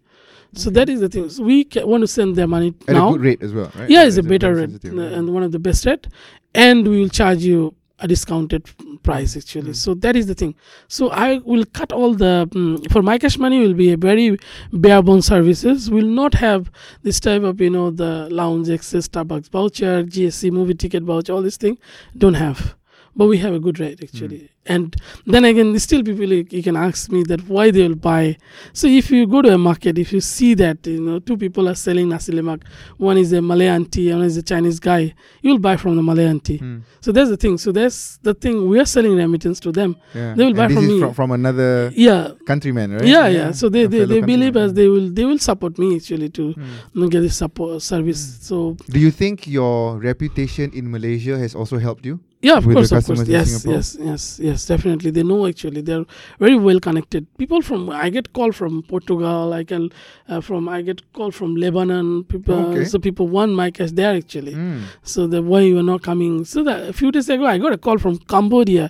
C: So that is the thing. So we ca want to send their money
A: At
C: now.
A: a good rate as well, right?
C: Yeah, it's a
A: It's
C: better
A: very
C: rate
A: sensitive,
C: uh,
A: yeah.
C: and one of the best rate, and we will charge you a discounted price actually.
A: Hmm.
C: So that is the thing. So I will cut all the mm, for my cash money will be a very bare bone services. Will not have this type of you know the lounge access, Starbucks voucher, GSC movie ticket voucher, all this thing. Don't have. but we have a good rate actually.
A: Hmm.
C: And then again, still people you, you can ask me that why they will buy. So if you go to a market, if you see that you know two people are selling nasi lemak, one is a Malay auntie, and one is a Chinese guy, you'll buy from the Malay auntie.
A: Mm.
C: So that's the thing. So that's the thing. We are selling remittance to them.
A: Yeah.
C: They will
A: And
C: buy
A: this
C: from
A: is
C: me.
A: From, from another
C: Yeah,
A: countryman, right?
C: yeah, yeah. So they,
A: A
C: they,
A: fellow
C: they believe
A: countryman.
C: us. They will they will support me actually to
A: Mm.
C: you know, get this support service.
A: Hmm.
C: So
A: Do you think your reputation in Malaysia has also helped you?
C: yeah, of
A: With the
C: course, of course.
A: customers in
C: Yes,
A: Singapore?
C: yes, yes, yes. Definitely, they know actually. They're very well connected. People from I get call from Portugal. I can uh, from I get call from Lebanon. People,
A: Okay.
C: so people want my cash there actually.
A: Mm.
C: So the why you are not coming? So that a few days ago, I got a call from Cambodia.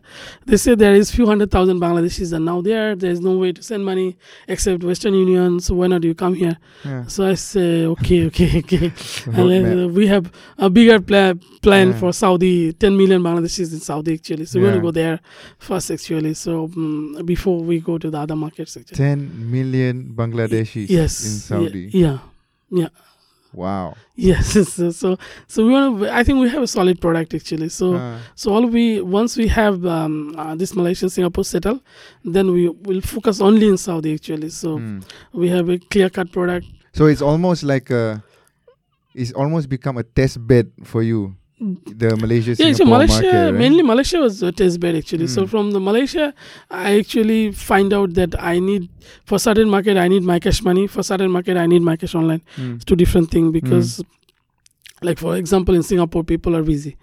C: They said there is few hundred thousand Bangladeshis are now there. There is no way to send money except Western Union. So why not you come here?
A: Yeah.
C: So I say okay, okay, okay. and
A: Roadmap.
C: then uh, we have a bigger pla- plan
A: Yeah.
C: for Saudi. Ten million Bangladeshis in Saudi actually. So we're
A: Yeah.
C: gonna go there first actually. So mm before we go to the other markets actually.
A: 10 million Bangladeshis
C: yes.
A: in
C: yeah,
A: Saudi.
C: Yeah. yeah.
A: Wow.
C: Yes, so so, so we want to. I think we have a solid product actually. So
A: Ah.
C: so all we once we have um, uh, this Malaysia Singapore settle, then we will focus only in Saudi actually. So
A: Mm.
C: we have a clear cut product.
A: So it's almost like a it's almost become a test bed for you. The Malaysia
C: yeah, so
A: Singapore
C: Malaysia
A: market, right? Hmm.
C: mainly Malaysia was a test bed actually. So from the Malaysia, I actually find out that I need for certain market I need my cash money. For certain market I need my cash online.
A: Mm.
C: It's two different things because, like for example, in Singapore people are busy.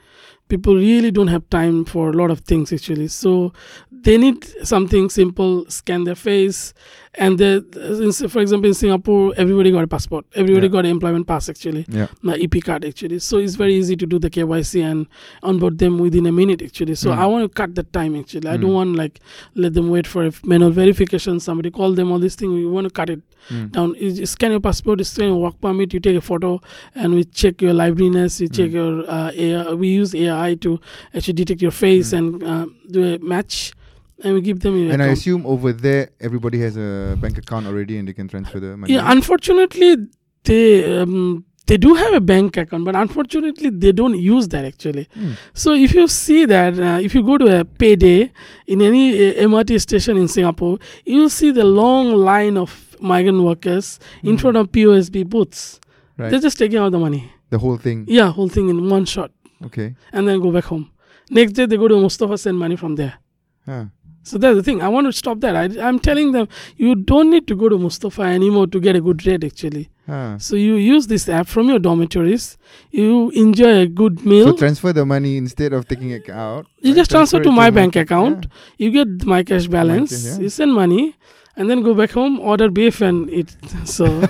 C: People really don't have time for a lot of things actually. So they need something simple, scan their face, and they, in- for example, in Singapore everybody got a passport, everybody
A: Yeah.
C: got an employment pass actually
A: Yeah.
C: my EP card actually. So it's very easy to do the KYC and onboard them within a minute actually. So
A: Mm.
C: I want to cut the time actually. I don't want like let them wait for a manual verification. Somebody call them all these things. We want to cut it
A: Mm.
C: down. You just scan your passport, you scan your work permit, you take a photo, and we check your liveliness. You
A: Mm.
C: check your uh, AI. We use AI to actually detect your face and uh, do a match, and we give them. Your
A: And Mm. I
C: account.
A: assume over there everybody has a bank account already and they can transfer the money.
C: Yeah, unfortunately, they um, they do have a bank account, but unfortunately, they don't use that actually.
A: Mm.
C: So if you see that, uh, if you go to a payday in any uh, MRT station in Singapore, you'll see the long line of migrant workers in front of POSB booths.
A: Hmm. Right.
C: They're just taking out the money.
A: the whole thing.
C: Yeah, whole thing in one shot,
A: Okay.
C: and then go back home. Next day, they go to Mustafa send money from there.
A: Huh.
C: So that's the thing. I want to stop that. I, I'm telling them you don't need to go to Mustafa anymore to get a good rate. Actually,
A: Huh.
C: so you use this app from your dormitories. You enjoy a good meal.
A: So transfer the money instead of taking it out.
C: you
A: right?
C: just transfer
A: it
C: to my bank account.
A: Yeah.
C: You get my cash balance.
A: yeah.
C: You send money, and then go back home, order beef, and eat. So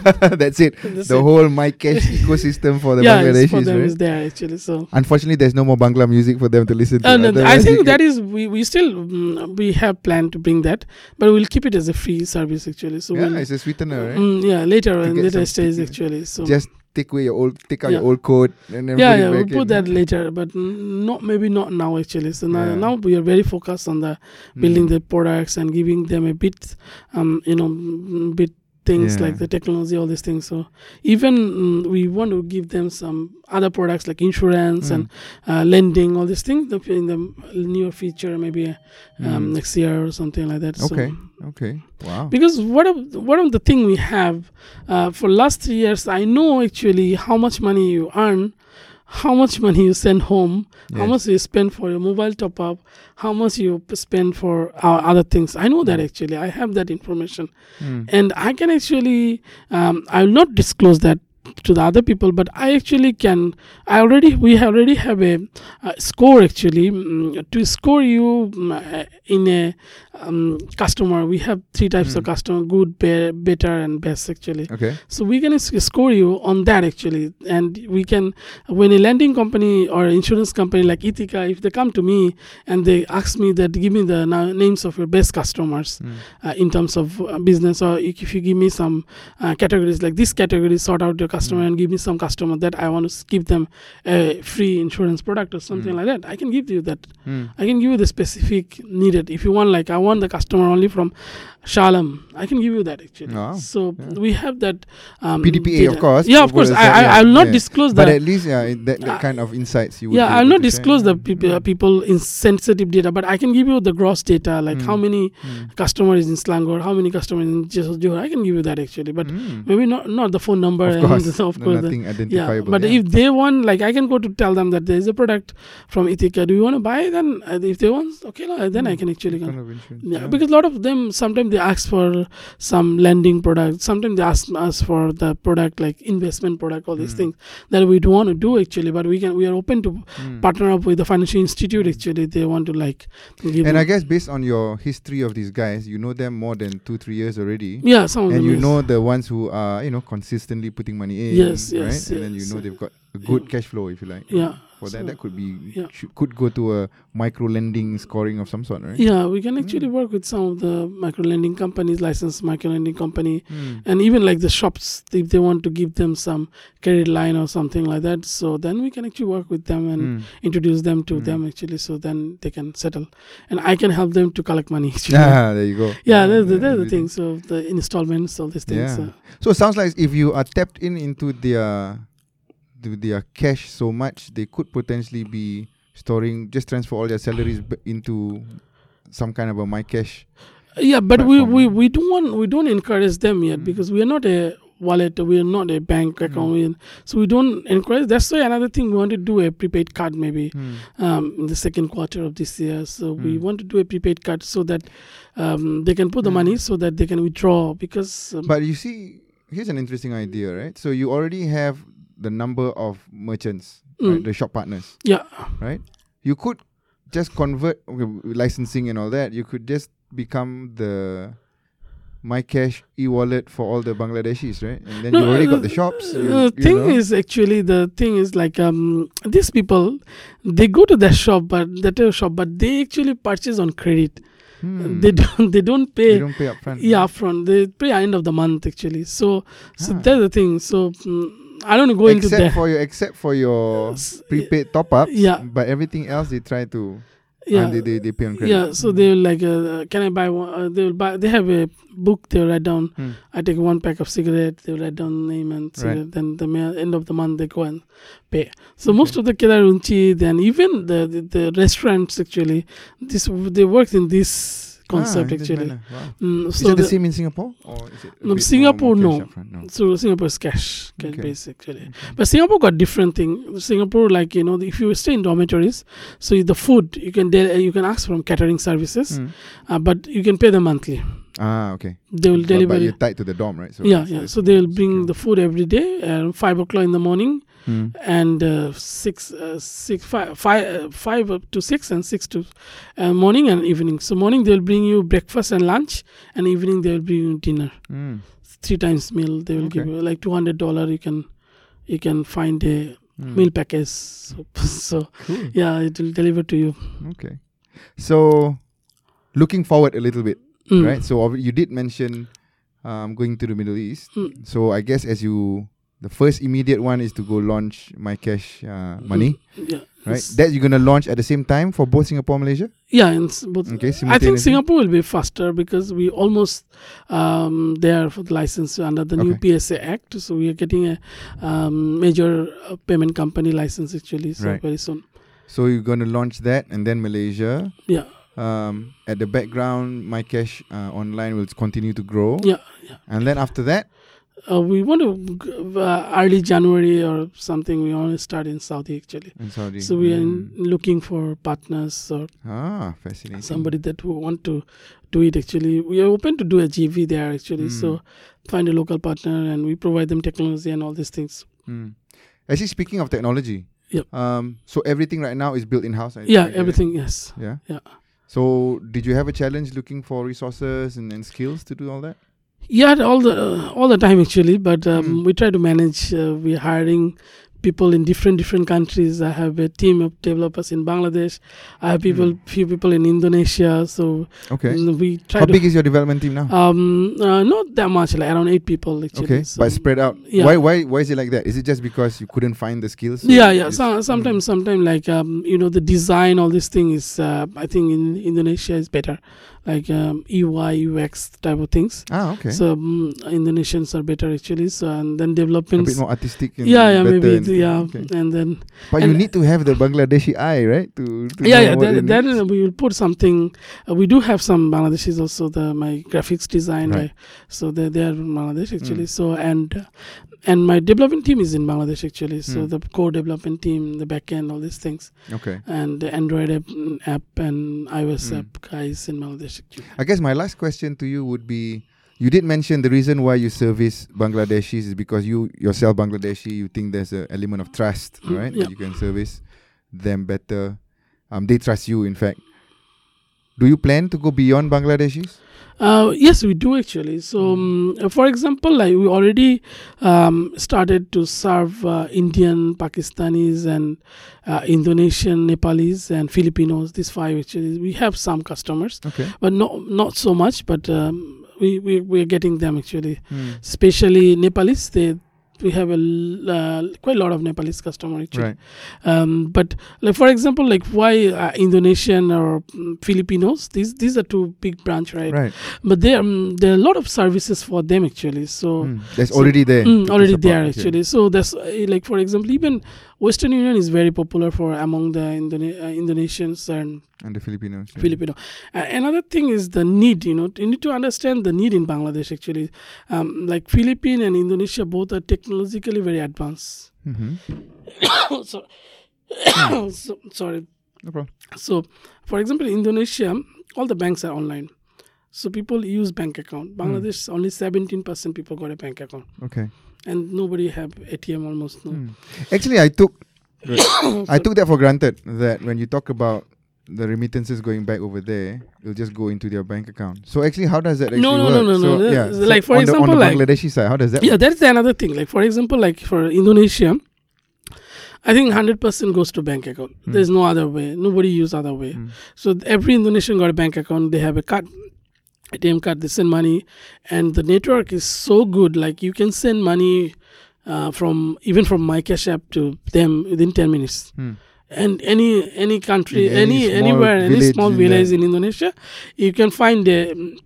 A: That's it.
C: That's
A: the
C: it.
A: whole my cash ecosystem for the
C: yeah, it's for
A: Bangladeshis,
C: them
A: right?
C: is there actually. So.
A: Unfortunately, there's no more Bangla music for them to listen to.
C: Uh, no, I
A: Otherwise, you
C: think
A: could-
C: that is we, we still mm, we have planned to bring that, but we'll keep it as a free service actually. So
A: yeah,
C: we'll,
A: it's a sweetener, right?
C: Mm, yeah, later and
A: get
C: later
A: some
C: stages
A: sticky-
C: actually. So
A: Just take away your old, take out your
C: Yeah.
A: old coat, and then
C: yeah,
A: put it
C: yeah, we'll
A: back
C: put
A: in.
C: that later, but n- not maybe not now actually. So now,
A: Yeah.
C: now we are very focused on the
A: Mm.
C: building
A: Hmm.
C: the products and giving them a bit, um, you know, mm, bit things
A: Yeah.
C: like the technology, all these things. So even mm, we want to give them some other products like insurance and
A: Hmm.
C: uh, lending, all these things that in the near future, maybe uh, um, next year or something like that. So-
A: Hmm. Okay, Mm. okay, wow.
C: because one of one of the thing we have uh, for last three years i know actually how much money you earn how much money you send home how
A: Yes.
C: much you spend for your mobile top up how much you p- spend for uh, other things i know that actually i have that information
A: Mm.
C: and i can actually um, i will not disclose that to the other people but i actually can i already we already have a, uh score actually mm, to score you mm, uh, in a um, customer we have three types of customer good be- better and best actually
A: Okay,
C: so we can s- score you on that actually, and we can, when a lending company or insurance company like Ithaca, if they come to me and they ask me that, give me the na- names of your best customers
A: Mm.
C: uh, in terms of uh, business, or if if you give me some uh, categories like this category, sort out your customer and give me some customer that I want to give them a free insurance product or something like that, I can
A: Mm.
C: give you that. I can give you the specific needed. If you want, like I want the customer only from Shalom. I can give you that actually.
A: Ah,
C: so we have that. Um,
A: PDPA,
C: data.
A: of course.
C: Yeah, of course.
A: was
C: I,
A: that, yeah,
C: I, I'll not
A: yeah.
C: disclose
A: But
C: that.
A: at least, yeah, it- that, that
C: Uh,
A: kind of insights you would.
C: yeah,
A: be
C: I'll
A: able
C: not
A: to
C: disclose
A: share. Mm.
C: the peop- uh, people insensitive data, but I can give you the gross data, like
A: Hmm.
C: how many
A: Mm.
C: customers in Slangor, how many customers in just Johor. I can give you that actually, but maybe not not the phone number.
A: Hmm. Of
C: and
A: Mm. course,
C: so, of course the-
A: nothing
C: yeah,
A: identifiable.
C: but if they want, like I can go to tell them that there is a product from Ithaca. Do you want to buy? Then uh, if they want, okay, lah, then I can actually.
A: Kind
C: Con-
A: Hmm. of insurance,
C: yeah, because a lot of them sometimes they ask for some lending product. Sometimes they ask us for the product like investment product, all these
A: Hmm.
C: things that we don't want to do actually. But we can we are open to
A: Mm.
C: partner up with the financial institute actually. They want to like give
A: and I
C: them-
A: guess based on your history of these guys, you know them more than two, three years already.
C: yeah some of
A: and
C: them
A: you
C: yes.
A: know the ones who are you know consistently putting money in
C: Yes,
A: right
C: yes,
A: and then you
C: yes.
A: know they've got a good cash flow if you like
C: Yeah,
A: for that
C: so-
A: that could be
C: yeah.
A: should, could go to a micro lending scoring of some sort right Hmm.
C: yeah we can actually work with some of the micro lending companies licensed micro lending company
A: Mm.
C: and even like the shops if they want to give them some credit line or something like that so then we can actually work with them and
A: Mm.
C: introduce them to them actually so then they can settle and i can help them to collect money actually.
A: Ah, there you go
C: yeah that's the, that's the
A: everything.
C: thing so the installments all these things
A: Yeah.
C: uh,
A: so it sounds like if you are tapped in into their to their cash so much they could potentially be storing just transfer all their salaries b- into some kind of a my cash
C: yeah but we,
A: platform,
C: we
A: right?
C: we don't want we don't encourage them yet because we are not a wallet we are not a bank account we- so we don't encourage that's why another thing we want to do a prepaid card maybe um, in the second quarter of this year so we want to do a prepaid card so that um, they can put the money so that they can withdraw because um,
A: But you see, here's an interesting idea, right? So you already have the number of merchants, right?
C: Mm.
A: the shop partners,
C: yeah
A: right? You could just convert okay, w- licensing and all that. You could just become the my cash e-wallet for all the Bangladeshis, right? And then you already got the shops. you-
C: The
A: you
C: uh, thing
A: know.
C: is, actually, the thing is like um, these people, they go to their shop, but their shop, but they actually purchase on credit.
A: Hmm.
C: They don't. They don't pay.
A: you don't pay upfront.
C: yeah, upfront. They pay end of the month actually. So, so
A: Ah.
C: that's the thing. So mm, I don't go into
A: Except
C: that.
A: for your except for your
C: S-
A: prepaid top ups,
C: Yeah.
A: but everything else they try to yeah.
C: yeah,
A: they, they, they pay on credit.
C: yeah. So they will like, uh, can I buy one? Uh, they will buy. They have a book. They will write down.
A: Hmm.
C: I take one pack of cigarette. They will write down name and
A: Right.
C: cigarette. Then the ma- end of the month they go and pay. So most of the kedarunchi, then even the, the the restaurants actually, this they worked in this
A: Ah, in
C: concept
A: this
C: actually.
A: manner. Wow.
C: Mm,
A: Is
C: so
A: it the,
C: the-
A: same in Singapore? Or is it a
C: No,
A: bit
C: Singapore,
A: more
C: no.
A: cash upfront? no.
C: So Singapore's cash, cash
A: Okay.
C: base actually. But Singapore got different thing. Singapore, like you know, if you stay in dormitories, so the food you can del- you can ask from catering services,
A: Mm.
C: uh, but you can pay them monthly.
A: Ah, okay.
C: They will
A: But- But,
C: deliver.
A: you're
C: it.
A: tied to the dorm, right? So
C: yeah,
A: it's-
C: yeah.
A: it's-
C: So they will bring
A: secure.
C: the food every day at five o'clock in the morning
A: Mm.
C: and uh, six, uh, six, five, five, uh, five up to six and six to uh, morning and evening. So morning they will bring you breakfast and lunch, and evening they will bring you dinner
A: Mm.
C: three times meal they will give
A: Okay.
C: you like two hundred dollar you can you can find a meal package so, so
A: Hmm. Cool.
C: yeah it will deliver to you
A: Okay. So, looking forward a little bit,
C: Mm.
A: right? So obvi- you did mention um, going to the Middle East.
C: Mm.
A: So I guess as you, the first immediate one is to go launch my cash uh, money,
C: yeah
A: right?
C: It's-
A: That you're gonna launch at the same time for both Singapore and Malaysia.
C: yeah and s- both
A: Okay,
C: I think
A: simultaneously?
C: Singapore will be faster because we almost um, there for the license under the
A: Okay.
C: new PSA Act, so we are getting a um, major uh, payment company license actually, so
A: Right.
C: very soon.
A: So you're gonna launch that and then Malaysia.
C: Yeah,
A: um, at the background, my cash uh, online will continue to grow.
C: yeah, yeah.
A: And then after that,
C: Uh, we want to g- uh, early January or something. We want to start in Saudi actually.
A: in Saudi.
C: So we are
A: Mm.
C: in- looking for partners or
A: Ah, fascinating.
C: somebody that will want to do it. Actually, we are open to do a GV there. Actually,
A: Mm.
C: so find a local partner and we provide them technology and all these things.
A: Mm. Actually, speaking of technology,
C: Yep.
A: um, so everything right now is built in house.
C: Yeah, everything. Yes.
A: Yeah.
C: Yeah.
A: So did you have a challenge looking for resources and, and skills to do all that? Hmm.
C: Yeah, all the all the time actually, but um, we try to manage. Uh, we're hiring people in different different countries. I have a team of developers in Bangladesh. I have people, few people in Indonesia. So
A: Hmm. Okay.
C: mm, we try
A: How
C: to.
A: big is your development team now?
C: um, uh, not that much, like around eight people actually.
A: okay,
C: so-
A: but spread out.
C: yeah.
A: Why why why is it like that? Is it just because you couldn't find the skills? so
C: yeah, yeah.
A: it's-
C: So, sometimes, sometimes like um, you know, the design, all this thing is. Uh, I think in Indonesia is better, like um, EY, UX type of things.
A: Ah, okay.
C: So um, Indonesians are better actually. So and then
A: a bit
C: developments.
A: more artistic. And
C: Yeah, yeah,
A: better
C: maybe
A: and-
C: it- yeah,
A: okay.
C: and then
A: But you
C: and-
A: need to have the Bangladeshi eye, right? To, to
C: yeah,
A: know
C: yeah.
A: what
C: Then,
A: it
C: then
A: needs.
C: we will put something. Uh, we do have some Bangladeshis also. The my graphics design
A: Right. Mm.
C: guy, so they they are in Bangladesh actually. So and uh, and my development team is in Bangladesh actually. So
A: Mm.
C: the core development team, the backend, all these things,
A: okay.
C: and the Android app, mm, app and iOS
A: Mm.
C: app guys in Bangladesh. Actually.
A: I guess my last question to you would be: You did mention the reason why you service Bangladeshis is because you yourself Bangladeshi. You think there's an element of trust,
C: Mm,
A: right?
C: yeah.
A: That you can service them better. Um, they trust you. In fact, do you plan to go beyond Bangladeshis?
C: Uh, yes, we do actually. So, um, for example, like we already um, started to serve uh, Indian, Pakistanis, and uh, Indonesian, Nepalese, and Filipinos. These five actually, we have some customers,
A: Okay.
C: but not not so much. But um, we we we're getting them actually,
A: Hmm.
C: especially Nepalese. They we have a l- uh, quite a lot of Nepalese customer actually
A: Right.
C: um, but like for example like why uh, indonesian or mm, filipinos these these are two big branch right,
A: Right.
C: but there um, there are a lot of services for them actually so
A: Hmm. That's already there.
C: Mm,
A: to
C: already
A: support,
C: there
A: okay.
C: actually so that's uh, like for example even western union is very popular for among the Indone- uh, indonesians and
A: And the Filipinos. yeah.
C: filipino uh, another thing is the need you know you need to understand the need in bangladesh actually um, like philippine and indonesia both are technologically very advanced
A: Mhm.
C: so, so sorry
A: No problem.
C: so, for example, in Indonesia, all the banks are online. So people use bank account. Bangladesh, only 17% people got a bank account.
A: Okay.
C: And nobody have ATM almost. No.
A: Actually, I took Hmm. I took that for granted that when you talk about the remittances going back over there, it'll just go into their bank account. So actually, how does that actually
C: no,
A: work?
C: no, no,
A: so,
C: no.
A: Yeah,
C: It's like,
A: so
C: for
A: on the,
C: example,
A: on the
C: like-
A: Bangladeshi side, how does that?
C: Yeah,
A: work?
C: that's another thing. Like, for example, like for Indonesia, I think 100% goes to bank account.
A: Hmm.
C: There's no other way. Nobody use other way. So every Indonesian got a bank account. They have a card. ATM card, they send money, and the network is so good. Like you can send money uh, from even from my cash app to them within ten minutes.
A: Hmm.
C: And any any country,
A: In any small
C: any, anywhere, any
A: village
C: small
A: in
C: village
A: the-
C: in Indonesia, you can find a mm,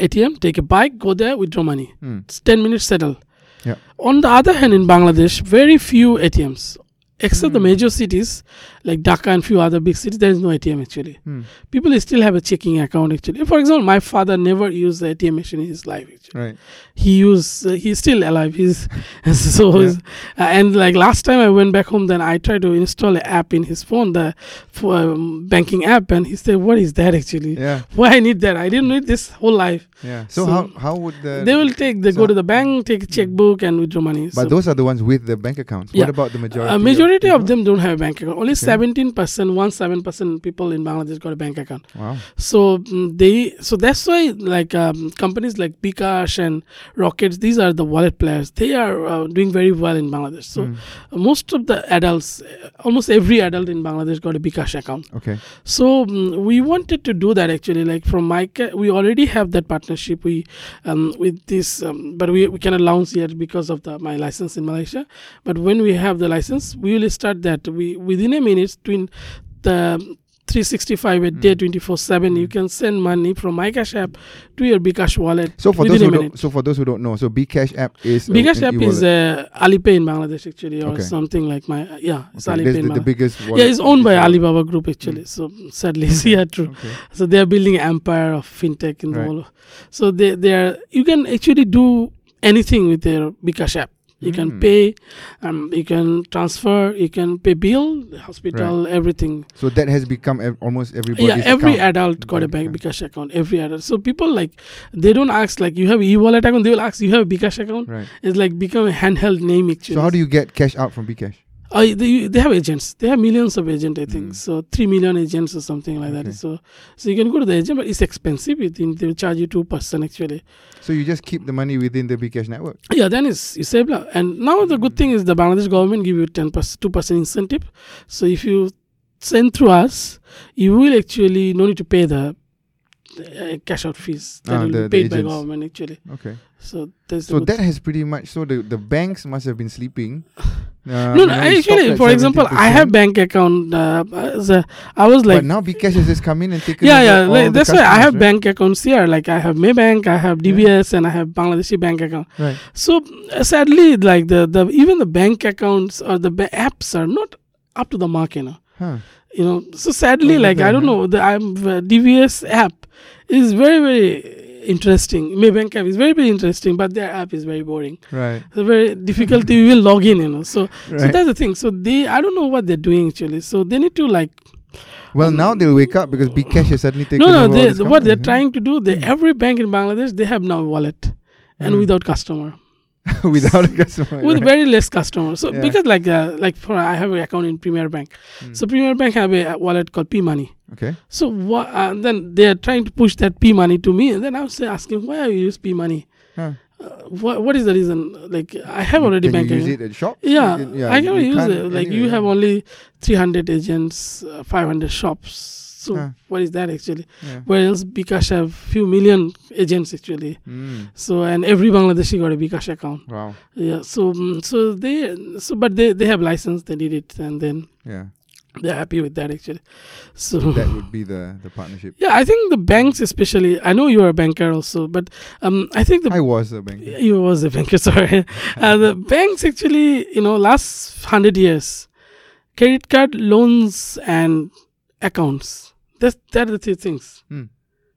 C: ATM, take a bike, go there, withdraw money.
A: Hmm.
C: It's ten minutes settle.
A: Yeah.
C: On the other hand, in Bangladesh, very few ATMs. Except
A: Hmm.
C: the major cities like Dhaka and few other big cities, there is no ATM actually
A: Hmm.
C: people still have a checking account actually for example my father never used the atm machine in his life actually.
A: Right.
C: he used uh, he's still alive he's so
A: Yeah.
C: he's- uh, and like last time i went back home then i tried to install an app in his phone the for, um, banking app and he said what is that actually
A: Yeah.
C: why i need that i didn't need this whole life
A: Yeah. So,
C: So-
A: how how would the
C: they will take they
A: so-
C: go to the bank take a checkbook and withdraw money
A: But
C: So-
A: those are the ones with the bank accounts. What
C: Yeah.
A: about the majority?
C: a majority of,
A: people?
C: them don't have a bank account. Only
A: Okay.
C: seventeen percent, one seven percent people in Bangladesh got a bank account.
A: Wow.
C: so mm, they so that's why like um, companies like bcash and rockets these are the wallet players they are uh, doing very well in bangladesh so
A: Hmm.
C: uh, most of the adults uh, almost every adult in bangladesh got a bcash account
A: Okay.
C: so mm, we wanted to do that actually like from my ca- we already have that partnership we um, with this um, but we, we cannot launch yet because of the, my license in malaysia but when we have the license we will start that we within a minute twin the 365 a
A: Hmm.
C: day 24 7 you can send money from my cash app to your bcash wallet
A: So for
C: within
A: those who
C: a
A: don't,
C: minute
A: so for those who don't know, so Bcash app is a-
C: bcash
A: an
C: app
A: e-wallet.
C: is uh, alipay in bangladesh actually or
A: Okay.
C: something like my yeah it's
A: Okay,
C: alipay
A: that's
C: in
A: the, the
C: Bangladesh.
A: biggest.
C: yeah
A: wallet Hmm.
C: it's owned by
A: in the world.
C: alibaba group actually so sadly yeah true
A: Okay.
C: so they are building an empire of fintech in the
A: Right.
C: world. So they they are you can actually do anything with their Bcash app. You can
A: Mm.
C: pay, um, you can transfer, you can pay bill, hospital, everything.
A: So that has become ev- almost everybody's
C: yeah, every
A: account.
C: adult got a
A: Bank
C: bank Bcash account. Every adult. So people like they don't ask like you have e-wallet account. They will ask you have a Bcash account.
A: Right.
C: It's like become a handheld name actually.
A: So how do you get cash out from Bcash?
C: I, Uh, they, they have agents. They have millions of agents, I think. So three million agents or something like that.
A: Hmm. Okay.
C: So so you can go to the agent, but it's expensive. I think they will charge you two percent actually.
A: So you just keep the money within the Bcash network.
C: Yeah, then it's you save lah. And now the
A: Hmm.
C: good thing is the Bangladesh government give you ten percent, two percent incentive. So if you send through us, you will actually no need to pay the uh, cash out fees that
A: Ah,
C: will
A: the- the
C: be paid by
A: agents.
C: government actually.
A: Okay.
C: So that's the
A: So
C: good
A: that has pretty much so the, the banks must have been sleeping. Uh,
C: no,
A: you
C: no.
A: know,
C: I
A: it stopped
C: actually,
A: at
C: for example, I have
A: 70%,
C: bank account. Uh, as a, I was
A: But
C: like,
A: now Bcash has just come in and taken.
C: yeah,
A: over
C: yeah.
A: all
C: Like,
A: the
C: that's why I
A: customers,
C: have
A: right?
C: bank accounts here. Like I have Maybank, I have
A: Yeah.
C: DBS, and I have Bangladeshi bank account.
A: Right.
C: So uh, sadly, like the, the even the bank accounts or the ba- apps are not up to the mark, you know.
A: Huh.
C: You know. So sadly,
A: Oh,
C: like I
A: okay,
C: don't
A: huh.
C: know. The I'm, uh, DBS app is very very interesting. Maybank app is very very interesting, but their app is very boring.
A: Right.
C: So very difficult. you will log in, you know. So so
A: Right.
C: that's the thing. So they, I don't know what they're doing actually. So they need to like,
A: well, now they'll wake up because Bcash has suddenly taken.
C: no, no.
A: over all
C: They,
A: these
C: what
A: companies,
C: they're
A: Hmm.
C: trying to do, they every bank in Bangladesh they have now wallet, and
A: Mm.
C: without customer,
A: huh? without a customer.
C: with
A: right.
C: very less customers. So
A: Yeah.
C: because like uh, like for I have an account in Premier Bank,
A: Mm.
C: so Premier Bank have a uh, wallet called P Money.
A: okay.
C: So wha- uh, then they are trying to push that P Money to me, and then I was asking why are you use P Money?
A: Huh.
C: Uh, what what is the reason? Like I have already
A: Can
C: bank
A: you use
C: account.
A: it at shop?
C: Yeah,
A: You can-
C: I
A: you-
C: cannot
A: you
C: use
A: can't
C: it. Like
A: anyway,
C: you have
A: yeah.
C: only 300 agents, uh, 500 shops. So
A: Huh.
C: what is that actually?
A: Yeah.
C: Whereas Bikash have few million agents actually.
A: Mm.
C: So and every Bangladeshi got a Bikash account.
A: Wow.
C: Yeah. So mm, so they so but they they have license. They did it and then
A: Yeah.
C: they're happy with that actually. So
A: That would be the the partnership.
C: yeah, I think the banks especially. I know you are a banker also, but um, I think the
A: I was a bank.
C: yeah, you was a banker, sorry. Uh, the banks actually, you know, last hundred years, credit card loans and accounts. That's that are the three things.
A: Hmm.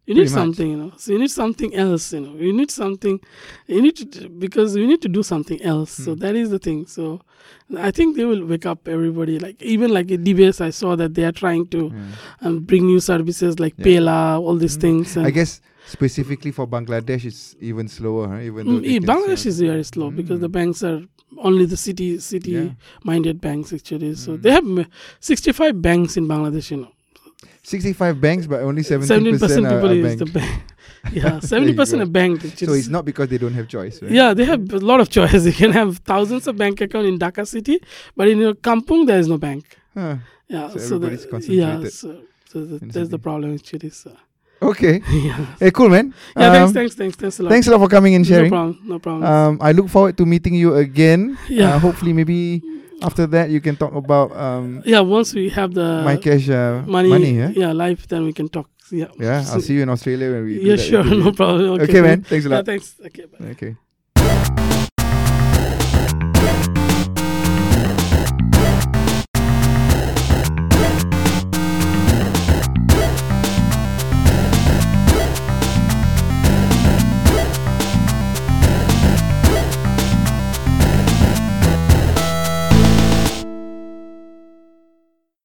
C: You
A: Pretty
C: need
A: much.
C: something, you know. So you need something else, you know. You need something. You need to d- because you need to do something else. So
A: Hmm.
C: that is the thing. So I think they will wake up everybody. Like even like at DBS, I saw that they are trying to
A: Yeah.
C: um, bring new services like
A: Hmm. Yeah.
C: Payla, all these
A: Hmm.
C: things. And
A: I guess specifically for Bangladesh, it's even slower, huh? even though
C: Mm,
A: they
C: eh,
A: can
C: Bangladesh
A: sell.
C: is very slow because the
A: Mm.
C: banks are only the city city
A: Yeah.
C: minded banks actually. So
A: Mm.
C: they have mm, 65 banks in Bangladesh. You know,
A: 65 banks, but only 17
C: seventy
A: percent
C: percent
A: are,
C: people
A: are
C: use
A: bank.
C: the bank. yeah,
A: There you
C: seventy percent
A: go.
C: are banked actually.
A: So it's not because they don't have choice. Right?
C: Yeah, they have a lot of choice. You can have thousands of bank account in Dhaka city, but in your kampung there is no bank.
A: Huh.
C: Yeah,
A: So
C: so, the
A: everybody's
C: yeah,
A: concentrated
C: so, so the,
A: in
C: that's the
A: city.
C: problem actually. So
A: Okay.
C: yeah,
A: Hey, cool, man.
C: yeah. thanks,
A: Um,
C: thanks, thanks, thanks a lot.
A: thanks a lot for coming and
C: No
A: sharing.
C: problem. No problem.
A: um, I look forward to meeting you again.
C: Yeah.
A: Uh, hopefully, maybe after that you can talk about um,
C: yeah, once we have the
A: my cash uh,
C: money,
A: yeah?
C: yeah? live, then we can talk. Yeah.
A: Yeah, I'll see you in Australia when we. do
C: Yeah,
A: that
C: sure,
A: interview.
C: no problem.
A: Okay, man. Thanks a
C: Yeah,
A: lot.
C: thanks. Okay, bye.
A: Okay.